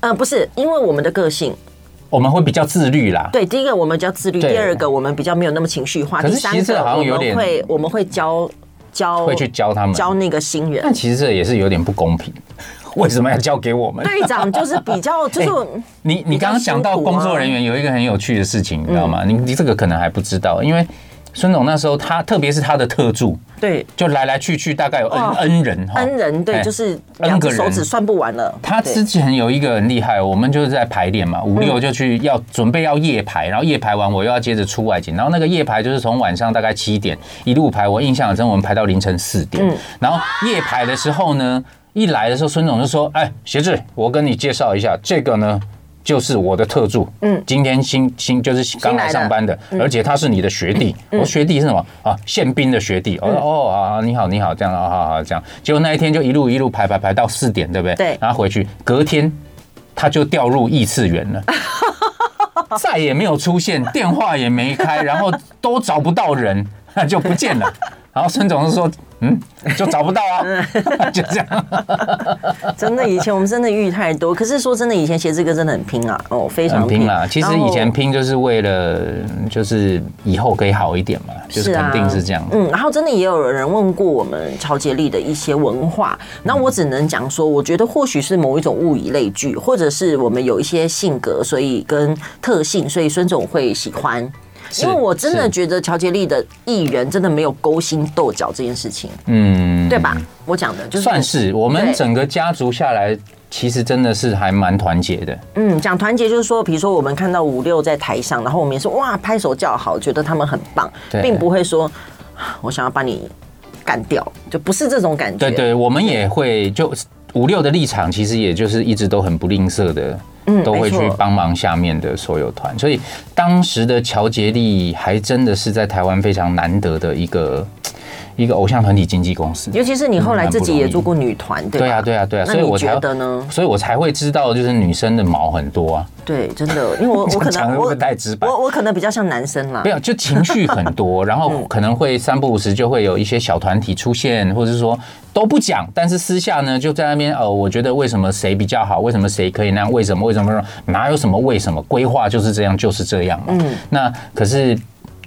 Speaker 1: 嗯、不是，因为我们的个性，
Speaker 2: 我们会比较自律啦。
Speaker 1: 对，第一个我们比较自律，
Speaker 2: 对
Speaker 1: 第二个我们比较没有那么情绪化，
Speaker 2: 可
Speaker 1: 第
Speaker 2: 是
Speaker 1: 三
Speaker 2: 其实
Speaker 1: 个
Speaker 2: 好像
Speaker 1: 我
Speaker 2: 有
Speaker 1: 们
Speaker 2: 点
Speaker 1: 会我们会教教
Speaker 2: 会去教他们
Speaker 1: 教那个新人
Speaker 2: 但。其实这也是有点不公平。 为什么要交给我们？
Speaker 1: 队长就是比 较就是
Speaker 2: 你你刚刚讲到
Speaker 1: 啊
Speaker 2: 工作人员有一个很有趣的事情，你知道吗？
Speaker 1: 嗯
Speaker 2: 你你这个可能还不知道，因为孙总那时候他特别是他的特助，
Speaker 1: 对
Speaker 2: 就来来去去大概有 N
Speaker 1: 哦
Speaker 2: N 人哈
Speaker 1: 恩人，对，
Speaker 2: 哎
Speaker 1: 就是两
Speaker 2: N 个
Speaker 1: 个手
Speaker 2: 人
Speaker 1: 指算不完了。
Speaker 2: 他
Speaker 1: 对
Speaker 2: 之前有一个很厉害，我们就是在排练嘛，五六就去要准备要夜排，然后夜排完我又要接着出外景，然后那个夜排就是从晚上大概七点一路排，我印象很深，我们排到凌晨四点。然后夜排的时候呢，一来的时候孙总就说：“哎，协志，我跟你介绍一下，这个呢。”就是我的特助，嗯，今天新新就是刚来上班的，
Speaker 1: 嗯
Speaker 2: 而且他是你的学弟。我学弟是什么啊？宪兵的学弟。
Speaker 1: 嗯
Speaker 2: 哦哦啊，你好你好，这样啊好好这样。结果那一天就一路一路排排排到四点，对不对？
Speaker 1: 对
Speaker 2: 然后回去，隔天他就掉入异次元 了。再也没有出现，电话也没开，然后都找不到人， 那就不见了。然后孙总就说：“嗯，就找不到啊，
Speaker 1: 嗯
Speaker 2: 就这 样。
Speaker 1: 真的，以前我们真的遇太多。可是说真的，以前写这个真的很拼啊，哦，非”常
Speaker 2: 很拼啦，
Speaker 1: 然
Speaker 2: 其实
Speaker 1: 后
Speaker 2: 以前拼就是为了，就是以后可以好一点嘛，就是肯定是这样
Speaker 1: 啊。。嗯，然后真的也有人问过我们曹杰丽的一些文化，那我只能讲说，我觉得或许是某一种物以类聚，或者是我们有一些性格，所以跟特性，所以孙总会喜欢。
Speaker 2: 是
Speaker 1: 因为我真的
Speaker 2: 是
Speaker 1: 觉得乔杰丽的艺人真的没有勾心斗角这件事情，
Speaker 2: 嗯，
Speaker 1: 对吧？我讲的就是
Speaker 2: 算是我们
Speaker 1: 对
Speaker 2: 整个家族下来，其实真的是还蛮团结的。
Speaker 1: 嗯，讲团结就是说，比如说我们看到五六在台上，然后我们也是哇拍手叫好，觉得他们很棒，
Speaker 2: 对
Speaker 1: 并不会说啊我想要把你干掉，就不是这种感觉。
Speaker 2: 对对，我们也会就五六的立场，其实也就是一直都很不吝啬的，
Speaker 1: 嗯
Speaker 2: 都
Speaker 1: 没
Speaker 2: 会去
Speaker 1: 错
Speaker 2: 帮忙下面的所有团。所以当时的乔杰利还真的是在台湾非常难得的一个一个偶像团体经纪公司。
Speaker 1: 尤其是你后来自己也做过女团，对吧？
Speaker 2: 对啊，对啊，对啊，
Speaker 1: 那
Speaker 2: 所以
Speaker 1: 你
Speaker 2: 我才
Speaker 1: 觉得呢？
Speaker 2: 所以我才会知道，就是女生的毛很多啊，
Speaker 1: 对，真的，因为 我我可
Speaker 2: 讲
Speaker 1: 能
Speaker 2: 得会不
Speaker 1: 我
Speaker 2: 会太直白
Speaker 1: 我我可能比较像男生啦
Speaker 2: 没。有，就情绪很多，然后可能会三不五时就会有一些小团体出现，或者是说都不讲，但是私下呢就在那边呃，我觉得为什么谁比较好，为什么谁可以那样，为什么为什么为什么哪有什么为什么规划就是这样就是这样嘛。嗯，那可是。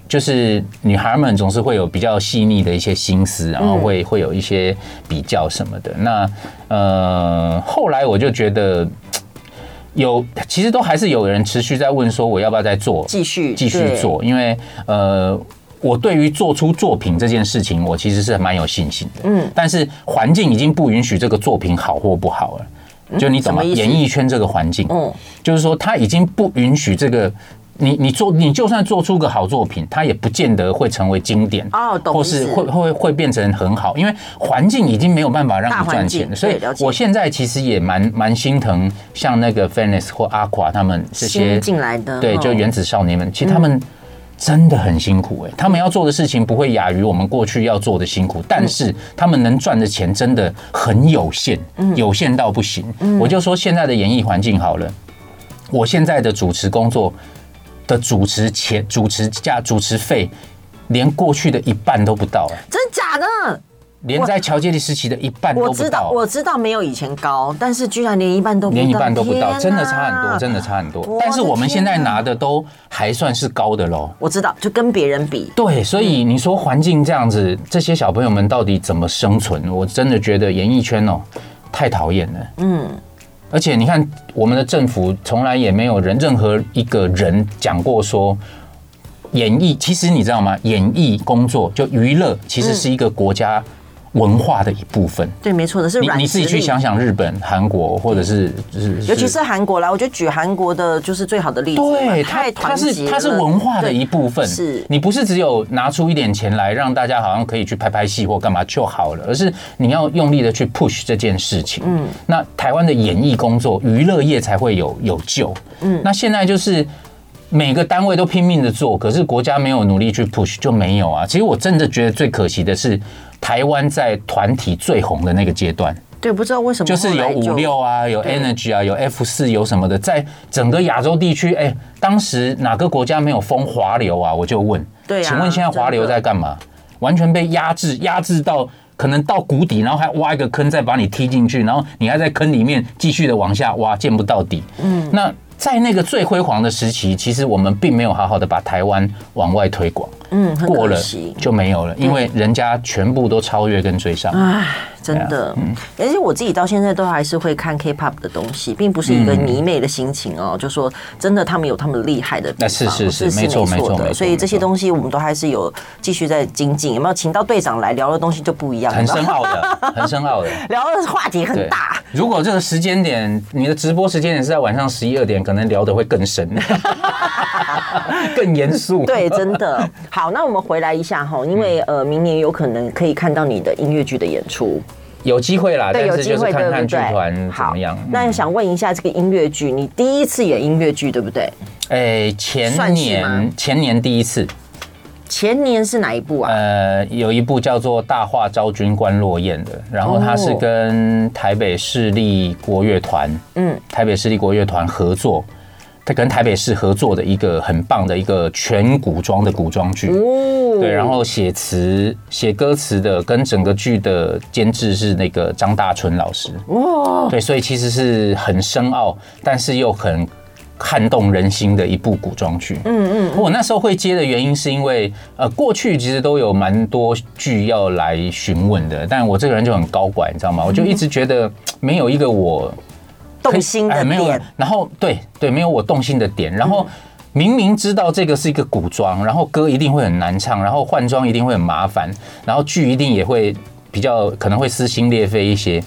Speaker 2: 就是女孩们总是会有比较细腻的一些心思，然后会会有一些比较什么的。那呃，后来我就觉得有，其实都还是有人持续在问说我要不要再做，
Speaker 1: 继续
Speaker 2: 继续
Speaker 1: 对
Speaker 2: 做，因为呃，我对于做出作品这件事情，我其实是蛮有信心的。嗯，但是环境已经不允许这个作品好或不好了。就你懂吗？
Speaker 1: 嗯什么意思
Speaker 2: 演艺圈这个环境，
Speaker 1: 嗯
Speaker 2: 就是说它已经不允许这个。你你做你就算做出个好作品，它也不见得会成为经典
Speaker 1: 哦懂
Speaker 2: 或
Speaker 1: 意
Speaker 2: 是
Speaker 1: 思
Speaker 2: 会会会变成很好，因为环境已经没有办法让
Speaker 1: 大
Speaker 2: 你
Speaker 1: 环
Speaker 2: 赚
Speaker 1: 境
Speaker 2: 钱了。所以
Speaker 1: 对了解
Speaker 2: 我现在其实也蛮蛮心疼，像那个 Venice 或 Aqua 他们这些
Speaker 1: 新进来的
Speaker 2: 对，
Speaker 1: 哦
Speaker 2: 就原子少年们，其实他们真的很辛苦哎、他们要做的事情不会亚于我们过去要做的辛苦，但是他们能赚的钱真的很有限，
Speaker 1: 嗯
Speaker 2: 有限到不行。我就说现在的演艺环境好了，我现在的主持工作的主持钱、主持价、主持费。连过去的一半都不到、哎
Speaker 1: 真假的？
Speaker 2: 连在乔杰利时期的一半
Speaker 1: 我
Speaker 2: 都不
Speaker 1: 知道
Speaker 2: 到，
Speaker 1: 我知道没有以前高，但是居然连一半都不到
Speaker 2: 连一半都不到，真的差很多，
Speaker 1: 的。
Speaker 2: 真的差很多
Speaker 1: 我。
Speaker 2: 但是
Speaker 1: 的
Speaker 2: 我们现在
Speaker 1: 天哪
Speaker 2: 拿的都还算是高的喽。
Speaker 1: 我知道，就跟别人比，
Speaker 2: 对，所以你说环境这样子，这些小朋友们到底怎么生存？我真的觉得演艺圈哦，太讨厌了。嗯，而且你看，我们的政府从来也没有人任何一个人讲过说。演艺其实你知道吗？演艺工作就娱乐，其实是一个国家文化的一部分。
Speaker 1: 对，没错的是
Speaker 2: 你
Speaker 1: 软
Speaker 2: 你自己
Speaker 1: 实
Speaker 2: 去
Speaker 1: 力
Speaker 2: 想想，日本、韩国，或者是是，
Speaker 1: 尤其是韩国啦，我觉得举韩国的就是最好的例子嘛，
Speaker 2: 对，它
Speaker 1: 太
Speaker 2: 它
Speaker 1: 团
Speaker 2: 是
Speaker 1: 结
Speaker 2: 它是
Speaker 1: 了
Speaker 2: 文化的一部分，
Speaker 1: 对是
Speaker 2: 你不是只有拿出一点钱来让大家好像可以去拍拍戏或干嘛就好了，而是你要用力的去 push 这件事情。嗯，那台湾的演艺工作、娱乐业才会有有救。嗯，那现在就是。每个单位都拼命的做，可是国家没有努力去 push 就没有啊。其实我真的觉得最可惜的是，台湾在团体最红的那个阶段，
Speaker 1: 对，不知道为什么
Speaker 2: 就是有
Speaker 1: 后来
Speaker 2: 五六啊，有 Energy 啊，有 F 四，有什么的，在整个亚洲地区，哎，当时哪个国家没有封华流啊？我就问，
Speaker 1: 对啊
Speaker 2: 请问现在华流
Speaker 1: 真的
Speaker 2: 在干嘛？完全被压制，压制到可能到谷底，然后还挖一个坑再把你踢进去，然后你还在坑里面继续的往下挖，见不到底。嗯，那。在那个最辉煌的时期，其实我们并没有好好的把台湾往外推广，
Speaker 1: 嗯，很
Speaker 2: 过
Speaker 1: 可
Speaker 2: 了
Speaker 1: 惜。嗯
Speaker 2: 就没有了，因为人家全部都超越跟追上。
Speaker 1: 唉，真的，
Speaker 2: 嗯
Speaker 1: 而且我自己到现在都还是会看 K-pop 的东西，并不是一个迷妹的心情哦。就说真的，他们有他们厉害的地
Speaker 2: 嗯那
Speaker 1: 方，
Speaker 2: 是是是没错没错没错
Speaker 1: 所以这些
Speaker 2: 没错
Speaker 1: 东西我们都还是有继续在精进。有没有请到队长来聊的东西就不一样，
Speaker 2: 很
Speaker 1: 有没
Speaker 2: 深
Speaker 1: 有
Speaker 2: 奥 的，很深奥的。
Speaker 1: 聊的话题很
Speaker 2: 对
Speaker 1: 大。，
Speaker 2: 如果这个时间点，你的直播时间点是在晚上十一二点，可能聊得会更深， 更严肃。
Speaker 1: 对，真的好。那我们回来一下哈，因为
Speaker 2: 嗯
Speaker 1: 呃，明年有可能可以看到你的音乐剧的演出，
Speaker 2: 有机会啦，
Speaker 1: 对，
Speaker 2: 啊但
Speaker 1: 有
Speaker 2: 是
Speaker 1: 机
Speaker 2: 就是
Speaker 1: 会，对
Speaker 2: 看
Speaker 1: 不
Speaker 2: 看剧团
Speaker 1: 对？
Speaker 2: 怎么样。嗯
Speaker 1: 那想问一下，这个音乐剧，你第一次演音乐剧，对不对？
Speaker 2: 哎，前
Speaker 1: 算是吗
Speaker 2: 年前年第一次，
Speaker 1: 前年是哪一部啊？
Speaker 2: 呃，有一部叫做《大话昭君观落雁》的，然后它是
Speaker 1: 哦
Speaker 2: 跟台北市立国乐团，
Speaker 1: 嗯，
Speaker 2: 台北市立国乐团合作，它跟台北市合作的一个很棒的一个全古装的古装剧。
Speaker 1: 哦，
Speaker 2: 对，啊然后写词、写歌词的跟整个剧的监制是那个张大春老师。
Speaker 1: 哇，
Speaker 2: 对，所以其实是很深奥，但是又很撼动人心的一部古装剧。嗯嗯，我那时候会接的原因是因为，呃，过去其实都有蛮多剧要来询问的，但我这个人就很高拐，你知道吗？我就一直觉得没有一个我可
Speaker 1: 动
Speaker 2: 以
Speaker 1: 心
Speaker 2: 哎
Speaker 1: 的
Speaker 2: 没有
Speaker 1: 点，，嗯
Speaker 2: 然后对对，没有我动心的点，然后。明明知道这个是一个古装，然后歌一定会很难唱，然后换装一定会很麻烦，然后剧一定也会比较可能会撕心裂肺一些，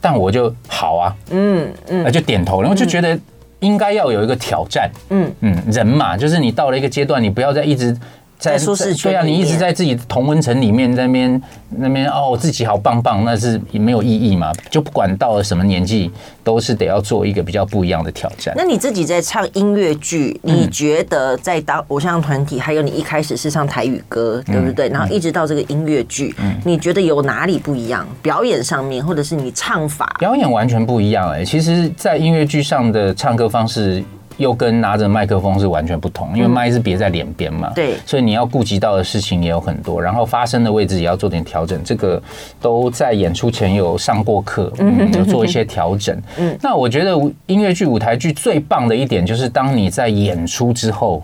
Speaker 2: 但我就好啊，
Speaker 1: 嗯嗯
Speaker 2: 呃，就点头，然后就觉得应该要有一个挑战。
Speaker 1: 嗯
Speaker 2: 嗯嗯，人嘛，就是你到了一个阶段，你不要再一直
Speaker 1: 在舒适圈
Speaker 2: 对啊，
Speaker 1: 里
Speaker 2: 你一直
Speaker 1: 面
Speaker 2: 在自己的同温层里面在那边那边哦，自己好棒棒，那是没有意义嘛。就不管到了什么年纪，都是得要做一个比较不一样的挑战。
Speaker 1: 那你自己在唱音乐剧，
Speaker 2: 嗯
Speaker 1: 你觉得在当偶像团体，还有你一开始是唱台语歌，对
Speaker 2: 嗯
Speaker 1: 不对？然后一直到这个音乐剧，你觉得有哪里不一样？表演上面，或者是你唱法？
Speaker 2: 表演完全不一样哎、其实，在音乐剧上的唱歌方式。又跟拿着麦克风是完全不同，因为麦是别在脸边嘛，
Speaker 1: 对
Speaker 2: 所以你要顾及到的事情也有很多，然后发声的位置也要做点调整，这个都在演出前有上过课，嗯，有做一些调整。 嗯，那我觉得舞音乐剧、舞台剧最棒的一点就是，当你在演出之后，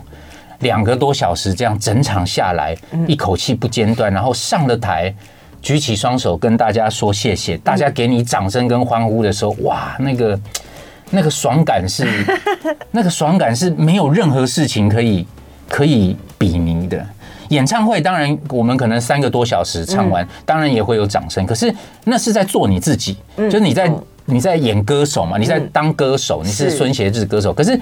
Speaker 2: 两个多小时这样整场下来，一口气不间断，然后上了台，举起双手跟大家说谢谢，大家给你掌声跟欢呼的时候，哇，那个那个爽感是那个爽感是没有任何事情可以可以比拟的。演唱会当然，我们可能三个多小时唱完，当然也会有掌声。可是那是在做你自己，就是你在你在演歌手嘛，你在当歌手，你是
Speaker 1: 是
Speaker 2: 孙协志歌手。可是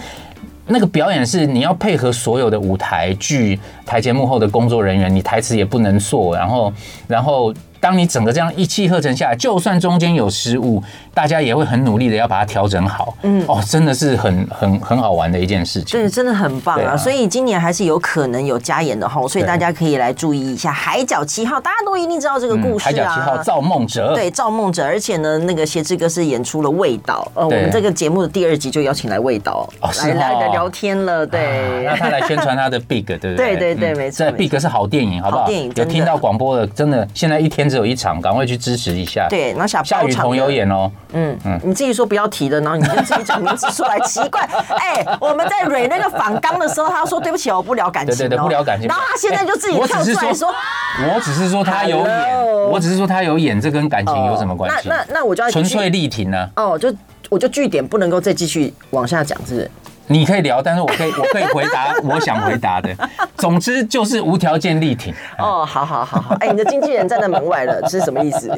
Speaker 2: 那个表演是你要配合所有的舞台剧、台前幕后的工作人员，你台词也不能错，然后，然后。当你整个这样一气呵成下来，就算中间有失误，大家也会很努力的要把它调整好。嗯，哦，真的是很很很好玩的一件事情。
Speaker 1: 对，真的很棒
Speaker 2: 对
Speaker 1: 啊！
Speaker 2: 啊
Speaker 1: 所以今年还是有可能有加演的吼，所以
Speaker 2: 对
Speaker 1: 大家可以来注意一下《海角七号》，大家都一定知道这个故事
Speaker 2: 嗯，
Speaker 1: 啊。
Speaker 2: 海角七号造梦者，
Speaker 1: 对，造梦者，而且呢，那个协志哥是演出了味道。呃，我
Speaker 2: 对
Speaker 1: 们这个节目的第二集就邀请来味道
Speaker 2: 哦是
Speaker 1: 来来
Speaker 2: 哦
Speaker 1: 来聊天了，
Speaker 2: 啊
Speaker 1: 对。
Speaker 2: 让他来宣传他的 Big，对不对？
Speaker 1: 对对对
Speaker 2: 嗯
Speaker 1: 没错
Speaker 2: 这
Speaker 1: 没
Speaker 2: Big 是好电影，好不好？
Speaker 1: 好电影
Speaker 2: 有
Speaker 1: 真的
Speaker 2: 听到广播的，真的现在一天只有一场，赶快去支持一下。，
Speaker 1: 对，那小
Speaker 2: 夏
Speaker 1: 包
Speaker 2: 雨
Speaker 1: 场
Speaker 2: 桐
Speaker 1: 的
Speaker 2: 有，演哦，
Speaker 1: 嗯嗯，你自己说不要提的，然后你就自己讲名字出来，奇 怪，哎，我们在蕊那个访纲的时候，他说对不起哦，我不聊感情哦，
Speaker 2: 对对对，不聊感情。
Speaker 1: 然后他现在就自己
Speaker 2: 哎我
Speaker 1: 跳
Speaker 2: 只
Speaker 1: 出
Speaker 2: 是
Speaker 1: 来说，哦
Speaker 2: 我只是说他有演，
Speaker 1: Hello
Speaker 2: 我只是说他有演，这跟感情有什么关系？
Speaker 1: 那那那我就要
Speaker 2: 纯
Speaker 1: 据
Speaker 2: 粹力挺啊呢，
Speaker 1: 哦，就我就据点不能够再继续往下讲，是不是？
Speaker 2: 你可以聊，但是我 可以我可以回答我想回答的。总之就是无条件力挺。
Speaker 1: 哦，好好好好，哎、你的经纪人站在门外 了，这是什么意思？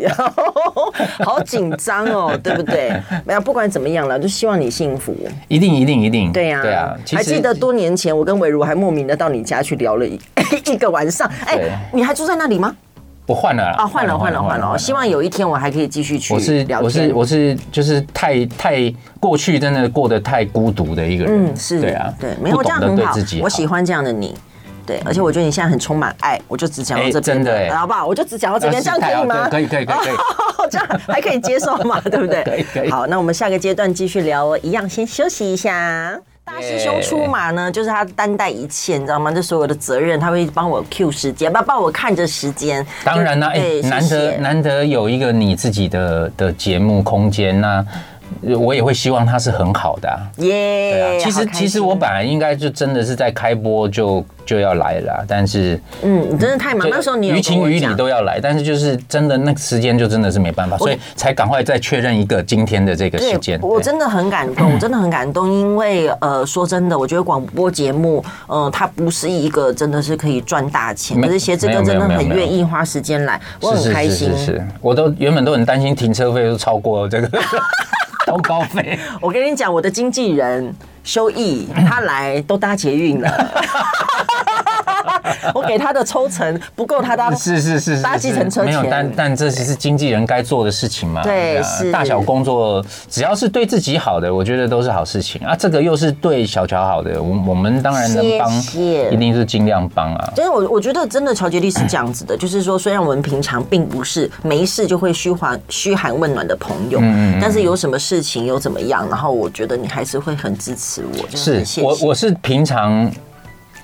Speaker 1: 好紧张哦，对不对？没有，不管怎么样了，就希望你幸福。
Speaker 2: 一定一定一定，
Speaker 1: 对呀、
Speaker 2: 对啊，其
Speaker 1: 还
Speaker 2: 实
Speaker 1: 记得多年前我跟伟如还莫名的到你家去聊了一 一个晚上。哎、
Speaker 2: 对
Speaker 1: 你还住在那里吗？
Speaker 2: 我换了
Speaker 1: 啊，换了换了换了，希望有一天我还可以继续去
Speaker 2: 我是
Speaker 1: 聊天。
Speaker 2: 我是我是就是太太过去真的过得太孤独的一个人，
Speaker 1: 嗯，是，
Speaker 2: 对啊，
Speaker 1: 对，没有
Speaker 2: 不
Speaker 1: 这样
Speaker 2: 懂得
Speaker 1: 很
Speaker 2: 对
Speaker 1: 好
Speaker 2: 自己，
Speaker 1: 我喜欢这样的你。对，而且我觉得你现在很充满爱，我就只讲到
Speaker 2: 哎
Speaker 1: 这边
Speaker 2: 真的
Speaker 1: 了，
Speaker 2: 哎
Speaker 1: 好不好？我就只讲到这边，
Speaker 2: 啊
Speaker 1: 这样可以吗？
Speaker 2: 是太好对可以可以可以可以
Speaker 1: 哦， 这样还可以接受嘛？对不对？
Speaker 2: 可以可以
Speaker 1: 好，那我们下个阶段继续聊哦，一样先休息一下。大师兄出马呢，就是他担待一切，你知道吗？这所有的责任，他会帮我 Q 时间，帮帮我看着时间。
Speaker 2: 当然啦，哎、
Speaker 1: 对谢
Speaker 2: 难得
Speaker 1: 谢
Speaker 2: 难得有一个你自己的的节目空间，那呃我也会希望它是很好的、啊。对啊
Speaker 1: 耶！
Speaker 2: 其
Speaker 1: 好
Speaker 2: 实
Speaker 1: 开
Speaker 2: 其实
Speaker 1: 心
Speaker 2: 我本来应该就真的是在开播就就要来了啊，但是
Speaker 1: 嗯，你真的太忙，
Speaker 2: 就
Speaker 1: 那时候你有
Speaker 2: 于
Speaker 1: 跟
Speaker 2: 情
Speaker 1: 我
Speaker 2: 于理
Speaker 1: 讲
Speaker 2: 都要来，但是就是真的那个时间就真的是没办法，所以才赶快再确认一个今天的这个
Speaker 1: 对
Speaker 2: 时间。
Speaker 1: 我
Speaker 2: 对
Speaker 1: 真的很感 动，我真的很感动，因为呃，说真的，我觉得广播节目，嗯、它不是一个真的是可以赚大钱，
Speaker 2: 没
Speaker 1: 可是写这个真的
Speaker 2: 没有没有
Speaker 1: 很
Speaker 2: 没有
Speaker 1: 愿意花时间来，我
Speaker 2: 是
Speaker 1: 很开
Speaker 2: 是
Speaker 1: 心
Speaker 2: 是。是是，我都原本都很担心停车费都超过这个 通告费。
Speaker 1: 我跟你讲，我的经纪人修 毅，他来都搭捷运了， 我给他的抽成不够他搭。
Speaker 2: 是是是是，
Speaker 1: 搭计程车
Speaker 2: 没有，
Speaker 1: 钱
Speaker 2: 但但这是经纪人该做的事情嘛。啊
Speaker 1: 对是
Speaker 2: 大小工作，只要是对自己好的，我觉得都是好事情啊。这个又是对小乔好的，我我们当然能帮
Speaker 1: 谢谢，
Speaker 2: 一定是尽量帮啊。
Speaker 1: 真的，我我觉得真的乔杰利是这样子的， 就是说，虽然我们平常并不是没事就会嘘寒嘘寒问暖的朋友，
Speaker 2: 嗯
Speaker 1: 但是有什么事情又怎么样，然后我觉得你还是会很支持我，真的很
Speaker 2: 是
Speaker 1: 谢
Speaker 2: 我
Speaker 1: 谢。
Speaker 2: 我是平常，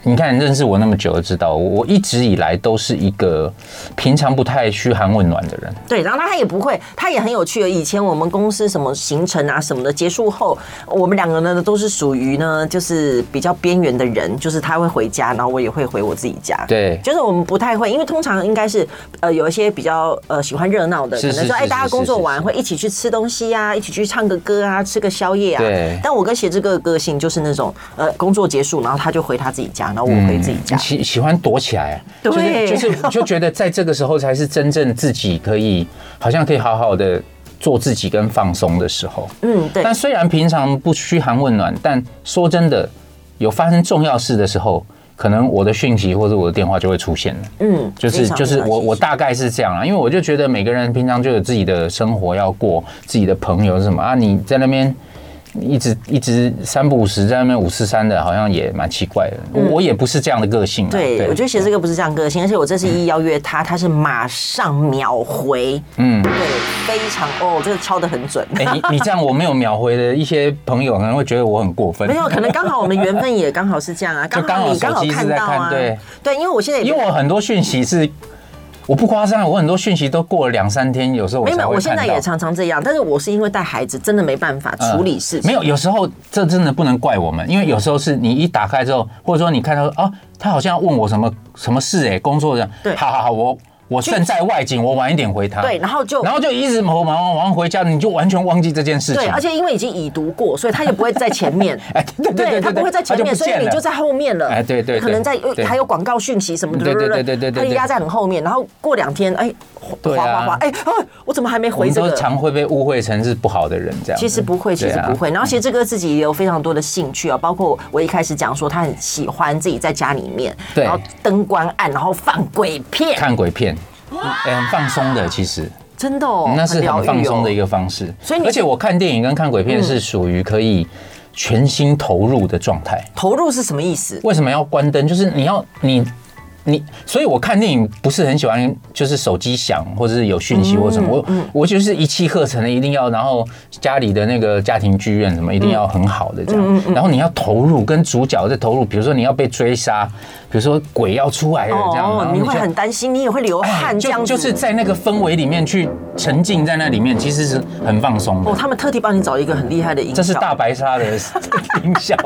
Speaker 2: 你看认识我那么久，就知道我我一直以来都是一个平常不太嘘寒问暖的人。
Speaker 1: 对，然后他也不会，他也很有趣的。哦以前我们公司什么行程啊什么的结束后，我们两个呢都是属于呢就是比较边缘的人，就是他会回家，然后我也会回我自己家。
Speaker 2: 对
Speaker 1: 就是我们不太会，因为通常应该是呃有一些比较呃喜欢热闹的，
Speaker 2: 是
Speaker 1: 可能
Speaker 2: 是
Speaker 1: 说
Speaker 2: 是
Speaker 1: 哎
Speaker 2: 是
Speaker 1: 大家
Speaker 2: 是
Speaker 1: 工作
Speaker 2: 是
Speaker 1: 完
Speaker 2: 是
Speaker 1: 会一起去吃东西啊，一起去唱个歌啊，吃个宵夜啊。
Speaker 2: 对
Speaker 1: 但我跟写这个个性就是那种呃工作结束，然后他就回他自己家，然后我回自己家。
Speaker 2: 喜喜欢躲起来，
Speaker 1: 对
Speaker 2: 就是 就是就觉得在这个时候才是真正自己可以，好像可以好好的做自己跟放松的时候。
Speaker 1: 嗯，对
Speaker 2: 但。虽然平常不嘘寒问暖，但说真的，有发生重要事的时候，可能我的讯息或者我的电话就会出现了。
Speaker 1: 嗯，
Speaker 2: 就是
Speaker 1: 非常
Speaker 2: 就是
Speaker 1: 非常
Speaker 2: 我
Speaker 1: 谢
Speaker 2: 我
Speaker 1: 谢
Speaker 2: 大概是这样啊啦，因为我就觉得每个人平常就有自己的生活要过，自己的朋友是什么啊？你在那边一直一直三不五十，在那边五四三的，好像也蛮奇怪的。我也不是这样的个性
Speaker 1: 嗯
Speaker 2: 啊。
Speaker 1: 对，我觉得写这个不是这样个性，而且我这次一邀约他，他是马上秒回，
Speaker 2: 嗯，
Speaker 1: 对，非常哦，这个敲得很 准。
Speaker 2: 哎，你你这样我没有秒回的一些朋友可能会觉得我很过分
Speaker 1: 没，有，可能刚好我们缘分也刚好是这样啊，
Speaker 2: 就
Speaker 1: 刚好你刚好
Speaker 2: 刚好手机
Speaker 1: 看
Speaker 2: 是在
Speaker 1: 到啊，
Speaker 2: 看对
Speaker 1: 对，因为我现在也
Speaker 2: 因为我很多讯息是。我不夸张，啊我很多讯息都过了两三天，有时候我
Speaker 1: 没有，没
Speaker 2: 才
Speaker 1: 有
Speaker 2: 会
Speaker 1: 我现
Speaker 2: 看到。
Speaker 1: 在也常常这样，但是我是因为带孩子，真的没办法处理事情。
Speaker 2: 嗯没有，有时候这真的不能怪我们，因为有时候是你一打开之后，或者说你看到啊，他好像要问我什么什么事哎、工作的，
Speaker 1: 对
Speaker 2: 好好好，我我正在外景，我晚一点回他，
Speaker 1: 对，然后就
Speaker 2: 然后就一直忙忙忙忙回家，你就完全忘记这件事情，
Speaker 1: 对，而且因为已经已读过，所以他也不会在前面。
Speaker 2: 哎， 对对对，
Speaker 1: 他不会在前
Speaker 2: 他
Speaker 1: 面，
Speaker 2: 就不
Speaker 1: 所以
Speaker 2: 见
Speaker 1: 你
Speaker 2: 了
Speaker 1: 就在后面了。
Speaker 2: 哎对对对
Speaker 1: 可能在呃
Speaker 2: 对
Speaker 1: 还有广告讯息什么的，
Speaker 2: 对对对对对对
Speaker 1: 他就压在很后面，然后过两天，哎，哗
Speaker 2: 对啊
Speaker 1: 哗哗，哎，啊我怎么还没
Speaker 2: 我
Speaker 1: 回
Speaker 2: 们
Speaker 1: 这
Speaker 2: 都
Speaker 1: 个？
Speaker 2: 常会被误会成是不好的人这样子。
Speaker 1: 其实不会，其
Speaker 2: 对
Speaker 1: 实
Speaker 2: 啊
Speaker 1: 不会。然后其实这个自己也有非常多的兴趣啊，包括我一开始讲说他很喜欢自己在家里面，
Speaker 2: 对
Speaker 1: 然后灯光暗，然后放鬼片，
Speaker 2: 看鬼片，哎，很放松的其实。
Speaker 1: 真的哦，
Speaker 2: 那是
Speaker 1: 疗
Speaker 2: 很
Speaker 1: 愈
Speaker 2: 放松的一
Speaker 1: 哦。
Speaker 2: 个方式。
Speaker 1: 所以你嗯
Speaker 2: 而且我看电影跟看鬼片是属于可以全心投入的状态。
Speaker 1: 投入是什么意思？
Speaker 2: 为什么要关灯？就是你要你你，所以我看电影不是很喜欢，就是手机响或者是有讯息或
Speaker 1: 嗯
Speaker 2: 什么，我我就是一气呵成的，一定要，然后家里的那个家庭剧院什么，一定要很好的这
Speaker 1: 嗯
Speaker 2: 样，然后你要投入跟主角在投入，比如说你要被追杀，比如说鬼要出来了这样，然
Speaker 1: 哦
Speaker 2: 后，
Speaker 1: 你
Speaker 2: 就哎
Speaker 1: 会很担心，你也会流汗这样
Speaker 2: 就
Speaker 1: 子。
Speaker 2: 就是在那个氛围里面去沉浸在那里面，其实是很放松的
Speaker 1: 哦，。啊他们特地帮你找一个很厉害的音效，
Speaker 2: 这是大白鲨的 音效，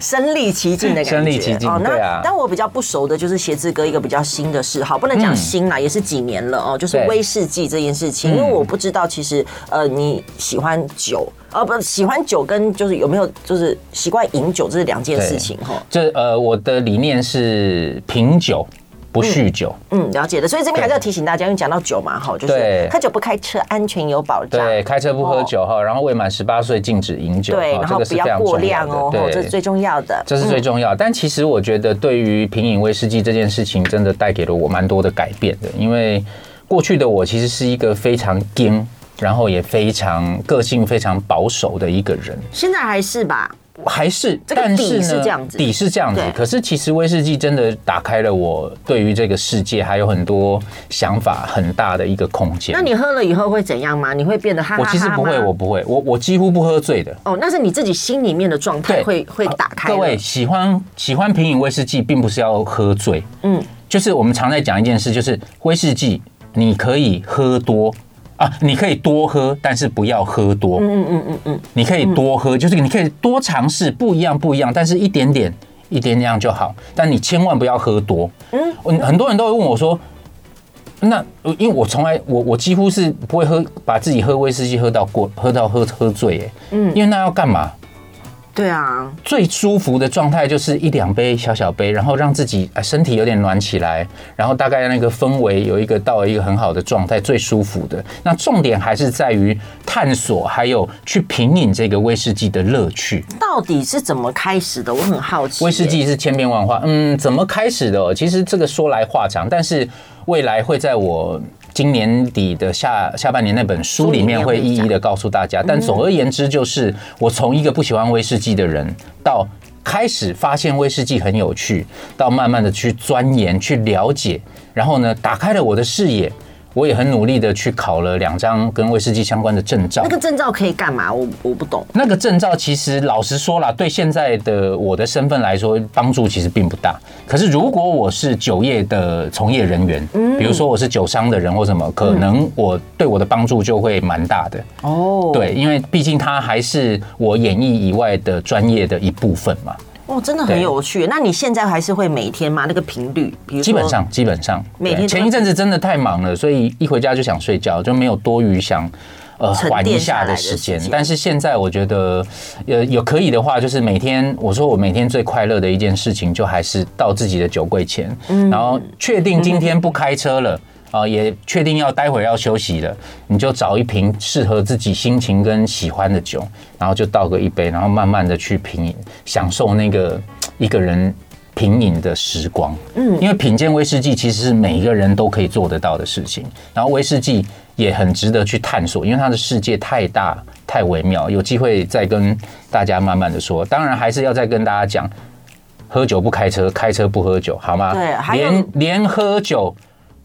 Speaker 1: 身临其境的感觉。
Speaker 2: 身临其境
Speaker 1: 哦，
Speaker 2: 对啊
Speaker 1: 那但我比较不熟的就是鞋子哥一个比较新的嗜好，不能讲新啦，也是几年了哦，就是
Speaker 2: 嗯对嗯
Speaker 1: 威士忌这件事情，因为我不知道其实呃你喜欢酒。呃，不，喜欢酒跟就是有没有就是习惯饮酒，这是两件事情哦哈。
Speaker 2: 这呃，我的理念是品酒不酗酒。
Speaker 1: 嗯，了解的。所以这边还是要提醒大家，因为讲到酒嘛，哈，就是
Speaker 2: 对
Speaker 1: 喝酒不开车，安全有保障。
Speaker 2: 对，开车不喝酒哈，然后未满十八岁禁止饮酒，
Speaker 1: 哦对，
Speaker 2: 哈
Speaker 1: 然
Speaker 2: 这
Speaker 1: 后
Speaker 2: 个是
Speaker 1: 不
Speaker 2: 非
Speaker 1: 要
Speaker 2: 常
Speaker 1: 过
Speaker 2: 重
Speaker 1: 量哦
Speaker 2: 要，
Speaker 1: 吼
Speaker 2: 的，
Speaker 1: 这
Speaker 2: 对
Speaker 1: 是最重要的。嗯
Speaker 2: 这是最重要。但其实我觉得，对于品饮威士忌这件事情，真的带给了我蛮多的改变的。因为过去的我其实是一个非常硬，然后也非常个性非常保守的一个人，
Speaker 1: 现在还是吧，
Speaker 2: 还是，
Speaker 1: 这个
Speaker 2: 但
Speaker 1: 底
Speaker 2: 是呢，
Speaker 1: 是这样子
Speaker 2: 底是这样子
Speaker 1: 对。
Speaker 2: 可是其实威士忌真的打开了我对于这个世界还有很多想法很大的一个空间。
Speaker 1: 那你喝了以后会怎样吗？你会变得哈哈
Speaker 2: 我
Speaker 1: 哈
Speaker 2: 其实不
Speaker 1: 吗
Speaker 2: 会，我不会，我我几乎不喝醉的。
Speaker 1: 哦，那是你自己心里面的状态
Speaker 2: 对，啊
Speaker 1: 会会打开的。
Speaker 2: 各位喜欢喜欢品饮威士忌，并不是要喝醉，嗯，就是我们常在讲一件事，就是威士忌你可以喝多。啊，你可以多喝，但是不要喝多。
Speaker 1: 嗯嗯嗯嗯，
Speaker 2: 你可以多喝，就是你可以多尝试不一样不一样，但是一点点一点点就好，但你千万不要喝多。嗯，很多人都会问我说。那呃因为我从来我我几乎是不会喝，把自己喝威士忌喝到过喝到喝喝醉哎，嗯，因为那要干嘛？
Speaker 1: 对啊，
Speaker 2: 最舒服的状态就是一两杯小小杯，然后让自己哎身体有点暖起来，然后大概那个氛围有一个到了一个很好的状态，最舒服的。那重点还是在于探索，还有去品饮这个威士忌的乐趣。
Speaker 1: 到底是怎么开始的？我很好奇耶。
Speaker 2: 威士忌是千变万化，嗯，怎么开始的哦？其实这个说来话长，但是未来会在我。今年底的下下半年那本书里面会一一的告诉大家，但总而言之，就是我从一个不喜欢威士忌的人，到开始发现威士忌很有趣，到慢慢的去钻研、去了解，然后呢，打开了我的视野。我也很努力的去考了两张跟威士忌相关的证照
Speaker 1: 那。个证照可以干嘛？我我不懂。
Speaker 2: 那个证照其实老实说啦，对现在的我的身份来说，帮助其实并不大。可是如果我是酒业的从业人员，
Speaker 1: 嗯
Speaker 2: 比如说我是酒商的人或什么，可能我对我的帮助就会蛮大的。
Speaker 1: 哦，，
Speaker 2: 对，因为毕竟它还是我演艺以外的专业的一部分嘛。
Speaker 1: 哦，真的很
Speaker 2: 对
Speaker 1: 有趣。那你现在还是会每天吗？那个频率，比如
Speaker 2: 基本
Speaker 1: 说
Speaker 2: 上，基本上，
Speaker 1: 每
Speaker 2: 对
Speaker 1: 天都
Speaker 2: 前一阵子真的太忙了，所以一回家就想睡觉，就没有多余想。呃，
Speaker 1: 沉
Speaker 2: 缓一
Speaker 1: 淀
Speaker 2: 下
Speaker 1: 下来
Speaker 2: 的
Speaker 1: 的
Speaker 2: 时
Speaker 1: 时
Speaker 2: 间
Speaker 1: 间，
Speaker 2: 但是现在我觉得，呃，有可以的话，就是每天，我说我每天最快乐的一件事情，就还是到自己的酒柜前，然后确定今天不开车了，啊，也确定要待会儿要休息了，你就找一瓶适合自己心情跟喜欢的酒，然后就倒个一杯，然后慢慢的去品饮，享受那个一个人品饮的时光。嗯，因为品鉴威士忌其实是每一个人都可以做得到的事情，然后威士忌也很值得去探索，因为它的世界太大太微妙，有机会再跟大家慢慢的说。当然还是要再跟大家讲，喝酒不开车，开车不喝酒，好吗？
Speaker 1: 对还有
Speaker 2: 连连喝酒。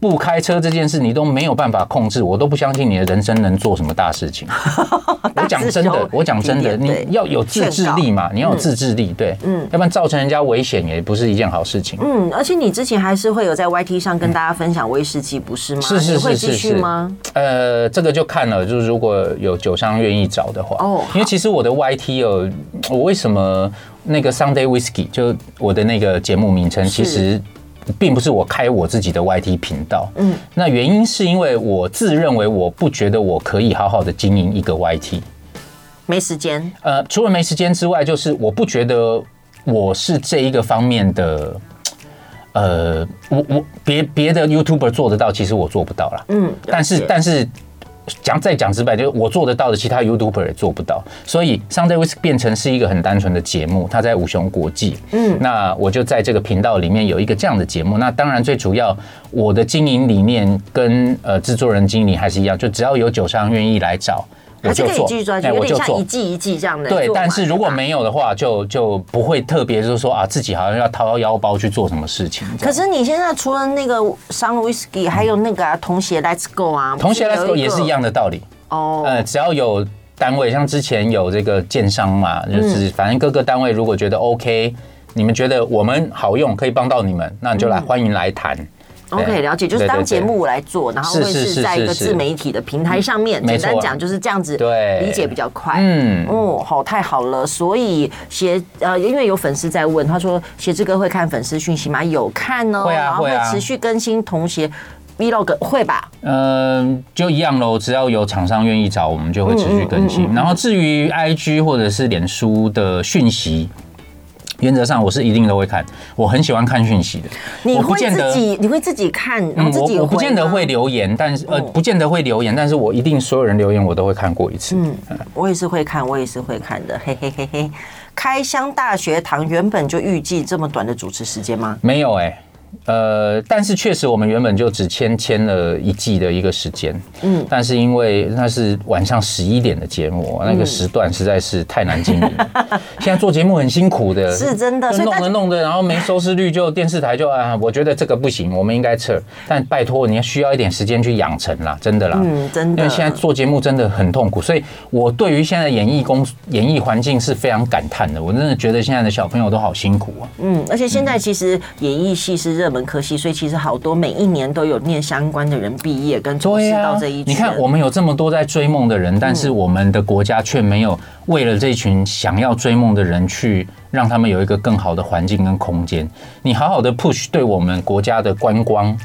Speaker 2: 不开车这件事你都没有办法控制，我都不相信你的人生能做什么大事情。 我讲真的，我讲真的，
Speaker 1: 大致上
Speaker 2: 你要有自制力嘛，你要有自制力，对，嗯，要不然造成人家危险也不是一件好事情。
Speaker 1: 嗯，而且你之前还是会有在 YT 上跟大家分享威士忌，不是吗？
Speaker 2: 是是
Speaker 1: 你会
Speaker 2: 是是
Speaker 1: 继续
Speaker 2: 是
Speaker 1: 吗？
Speaker 2: 呃，这个就看了，就是如果有酒商愿意找的话，
Speaker 1: 哦
Speaker 2: 因为其实我的 YT 有，我为什么那个 Sunday Whisky 就我的那个节目名称，其实并不是我开我自己的 YT 频道，嗯，那原因是因为我自认为我不觉得我可以好好的经营一个 YT，
Speaker 1: 没时间，
Speaker 2: 呃，除了没时间之外，就是我不觉得我是这一个方面的，呃，我我别别的 YouTuber 做得到，其实我做不到啦。
Speaker 1: 嗯，
Speaker 2: 但是
Speaker 1: 了解
Speaker 2: 但是讲再讲直白，就是我做得到的，其他 YouTuber 也做不到。所以 Sunday Whisk 变成是一个很单纯的节目，它在五雄国际。嗯，那我就在这个频道里面有一个这样的节目。那当然最主要，我的经营理念跟呃制作人经营还是一样，就只要有酒商愿意来找。我
Speaker 1: 还是
Speaker 2: 就
Speaker 1: 可以
Speaker 2: 做
Speaker 1: 继续，抓
Speaker 2: 哎，
Speaker 1: 紧，有
Speaker 2: 我
Speaker 1: 点
Speaker 2: 就
Speaker 1: 像
Speaker 2: 做
Speaker 1: 一。季一季这样的做法。
Speaker 2: 对，但是如果
Speaker 1: 吧
Speaker 2: 没有的话，就就不会特别就是说啊，自己好像要掏腰包去做什么事情。
Speaker 1: 可是你现在除了那个 Sun Whisky，还有那个、啊、童鞋 Let's Go 啊，
Speaker 2: 同学来
Speaker 1: 不是有
Speaker 2: 说也是一
Speaker 1: 个
Speaker 2: 样的道理，
Speaker 1: 哦。
Speaker 2: 呃，只要有单位，像之前有这个建商嘛，
Speaker 1: 嗯
Speaker 2: 就是反正各个单位如果觉得 OK，你们觉得我们好用，可以帮到你们，那你就
Speaker 1: 嗯
Speaker 2: 来欢迎来谈。对
Speaker 1: OK，了解，就是
Speaker 2: 对对
Speaker 1: 当节
Speaker 2: 对
Speaker 1: 目来做，然后
Speaker 2: 是
Speaker 1: 会
Speaker 2: 是
Speaker 1: 是
Speaker 2: 是
Speaker 1: 在一
Speaker 2: 是
Speaker 1: 个
Speaker 2: 是嗯
Speaker 1: 自媒体的平台上面，
Speaker 2: 没
Speaker 1: 简单
Speaker 2: 错
Speaker 1: 讲就是这样子，
Speaker 2: 对
Speaker 1: 理解比较快。
Speaker 2: 嗯
Speaker 1: 哦，好，太好了。所以鞋呃，因为有粉丝在问，他说鞋之哥会看粉丝讯息吗？有看哦，
Speaker 2: 会啊
Speaker 1: 然后
Speaker 2: 会啊
Speaker 1: 持续更新童鞋 Vlog 会吧？
Speaker 2: 嗯，就一样喽。只要有厂商愿意找，我们就会持续更
Speaker 1: 嗯
Speaker 2: 新。然后至于 IG 或者是脸书的讯息，原则上我是一定都会看，我很喜欢看讯息的。
Speaker 1: 你
Speaker 2: 我不
Speaker 1: 会
Speaker 2: 见
Speaker 1: 自
Speaker 2: 得嗯
Speaker 1: 己你会自己看，然后自己
Speaker 2: 我我不
Speaker 1: 回
Speaker 2: 见得
Speaker 1: 吗嗯
Speaker 2: 会留言，但是呃，不见得会留言，但是我一定所有人留言我都会看过一次。嗯，
Speaker 1: 我也是会看，我也是会看的，嘿嘿嘿嘿。开箱大学堂原本就预计这么短的主持时间吗？
Speaker 2: 没有哎、呃，但是确实我们原本就只签签了一季的一个时间，嗯，但是因为那是晚上十一点的节目，
Speaker 1: 嗯
Speaker 2: 那个时段实在是太难经营 了。现在做节目很辛苦的，
Speaker 1: 是真的
Speaker 2: 就
Speaker 1: 所以
Speaker 2: 弄
Speaker 1: 大
Speaker 2: 着弄着，然后没收视率，就电视台就啊，我觉得这个不行，我们应该撤。但拜托，你要需要一点时间去养成啦，真的啦，
Speaker 1: 嗯真的
Speaker 2: 因为现在做节目真的很痛苦，所以我对于现在演艺工演艺环境是非常感叹的。我真的觉得现在的小朋友都好辛苦啊。
Speaker 1: 嗯，而且现在其实演艺系是热门科系，所以其实好多每一年都有念相关的人毕业跟从
Speaker 2: 对
Speaker 1: 事
Speaker 2: 呀
Speaker 1: 到这一，嗯圈。
Speaker 2: 你看我们有这么多在追梦的人，但是我们的国家却没有为了这群想要追梦的人去让他们有一个更好的环境跟空间。你好好的 push 对我们国家的观光。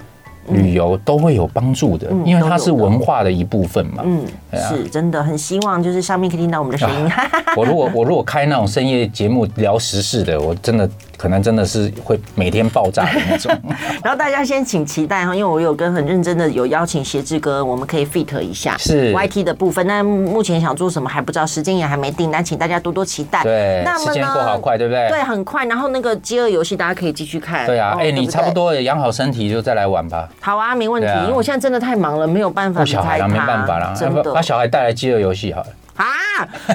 Speaker 2: 旅游都会有帮助的，因为它是文化的一部分嘛。
Speaker 1: 嗯，
Speaker 2: 啊
Speaker 1: 是真的很希望，就是上面可以听到我们的声音。
Speaker 2: 我如果我如果开那种深夜节目聊时事的，我真的可能真的是会每天爆炸的那种。
Speaker 1: 然后大家先请期待哈，因为 我有跟很认真的有邀请协志哥，我们可以 fit 一下
Speaker 2: 是
Speaker 1: YT 的部分。但目前想做什么还不知道，时间也还没定，但请大家多多期待。
Speaker 2: 对
Speaker 1: 那，么
Speaker 2: 时间过好
Speaker 1: 呢？
Speaker 2: 快，对不对？
Speaker 1: 对，很快。然后那个饥饿游戏大家可以继续看。
Speaker 2: 哎对啊，
Speaker 1: 哦
Speaker 2: 哎，你
Speaker 1: 对
Speaker 2: 差不
Speaker 1: 对
Speaker 2: 多也养好身体就再来玩吧。
Speaker 1: 好啊，没问题。
Speaker 2: 对啊
Speaker 1: 因为我现在真的太忙了，没有办法
Speaker 2: 顾
Speaker 1: 离
Speaker 2: 小
Speaker 1: 开
Speaker 2: 孩啦，
Speaker 1: 他。
Speaker 2: 没办法啦，要啊
Speaker 1: 真
Speaker 2: 不把
Speaker 1: 的
Speaker 2: 小孩带来饥饿游戏好了。
Speaker 1: 啊，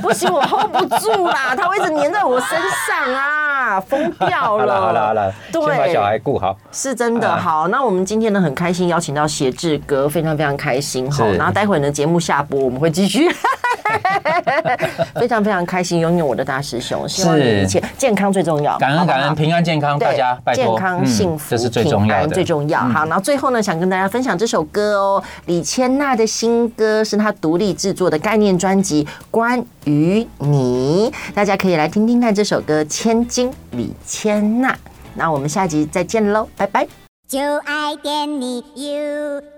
Speaker 1: 不行，我 hold 不住啦，他会一直粘在我身上啊，疯掉
Speaker 2: 好
Speaker 1: 了。
Speaker 2: 了好了好了，
Speaker 1: 对，
Speaker 2: 先把小孩顾好。
Speaker 1: 是真的
Speaker 2: 啊
Speaker 1: 好，那我们今天呢很开心邀请到协志哥，非常非常开心哈。
Speaker 2: 是
Speaker 1: 然后待会呢节目下播我们会继续， 非常非常开心拥有我的大师兄，希望你
Speaker 2: 是
Speaker 1: 一切健康最重要，
Speaker 2: 感
Speaker 1: 好
Speaker 2: 恩
Speaker 1: 不好
Speaker 2: 感恩，平安健康，大
Speaker 1: 对
Speaker 2: 家拜托，
Speaker 1: 健康、
Speaker 2: 嗯
Speaker 1: 幸福、
Speaker 2: 这是最
Speaker 1: 平
Speaker 2: 重要
Speaker 1: 安
Speaker 2: 的，嗯
Speaker 1: 最重要。好，然后最后呢，想跟大家分享这首歌哦，李千娜的新歌是她独立制作的概念专辑《关于你》，大家可以来听听看这首歌《千金李千娜》。那我们下集再见喽，拜拜。
Speaker 3: 就爱点你 UFO。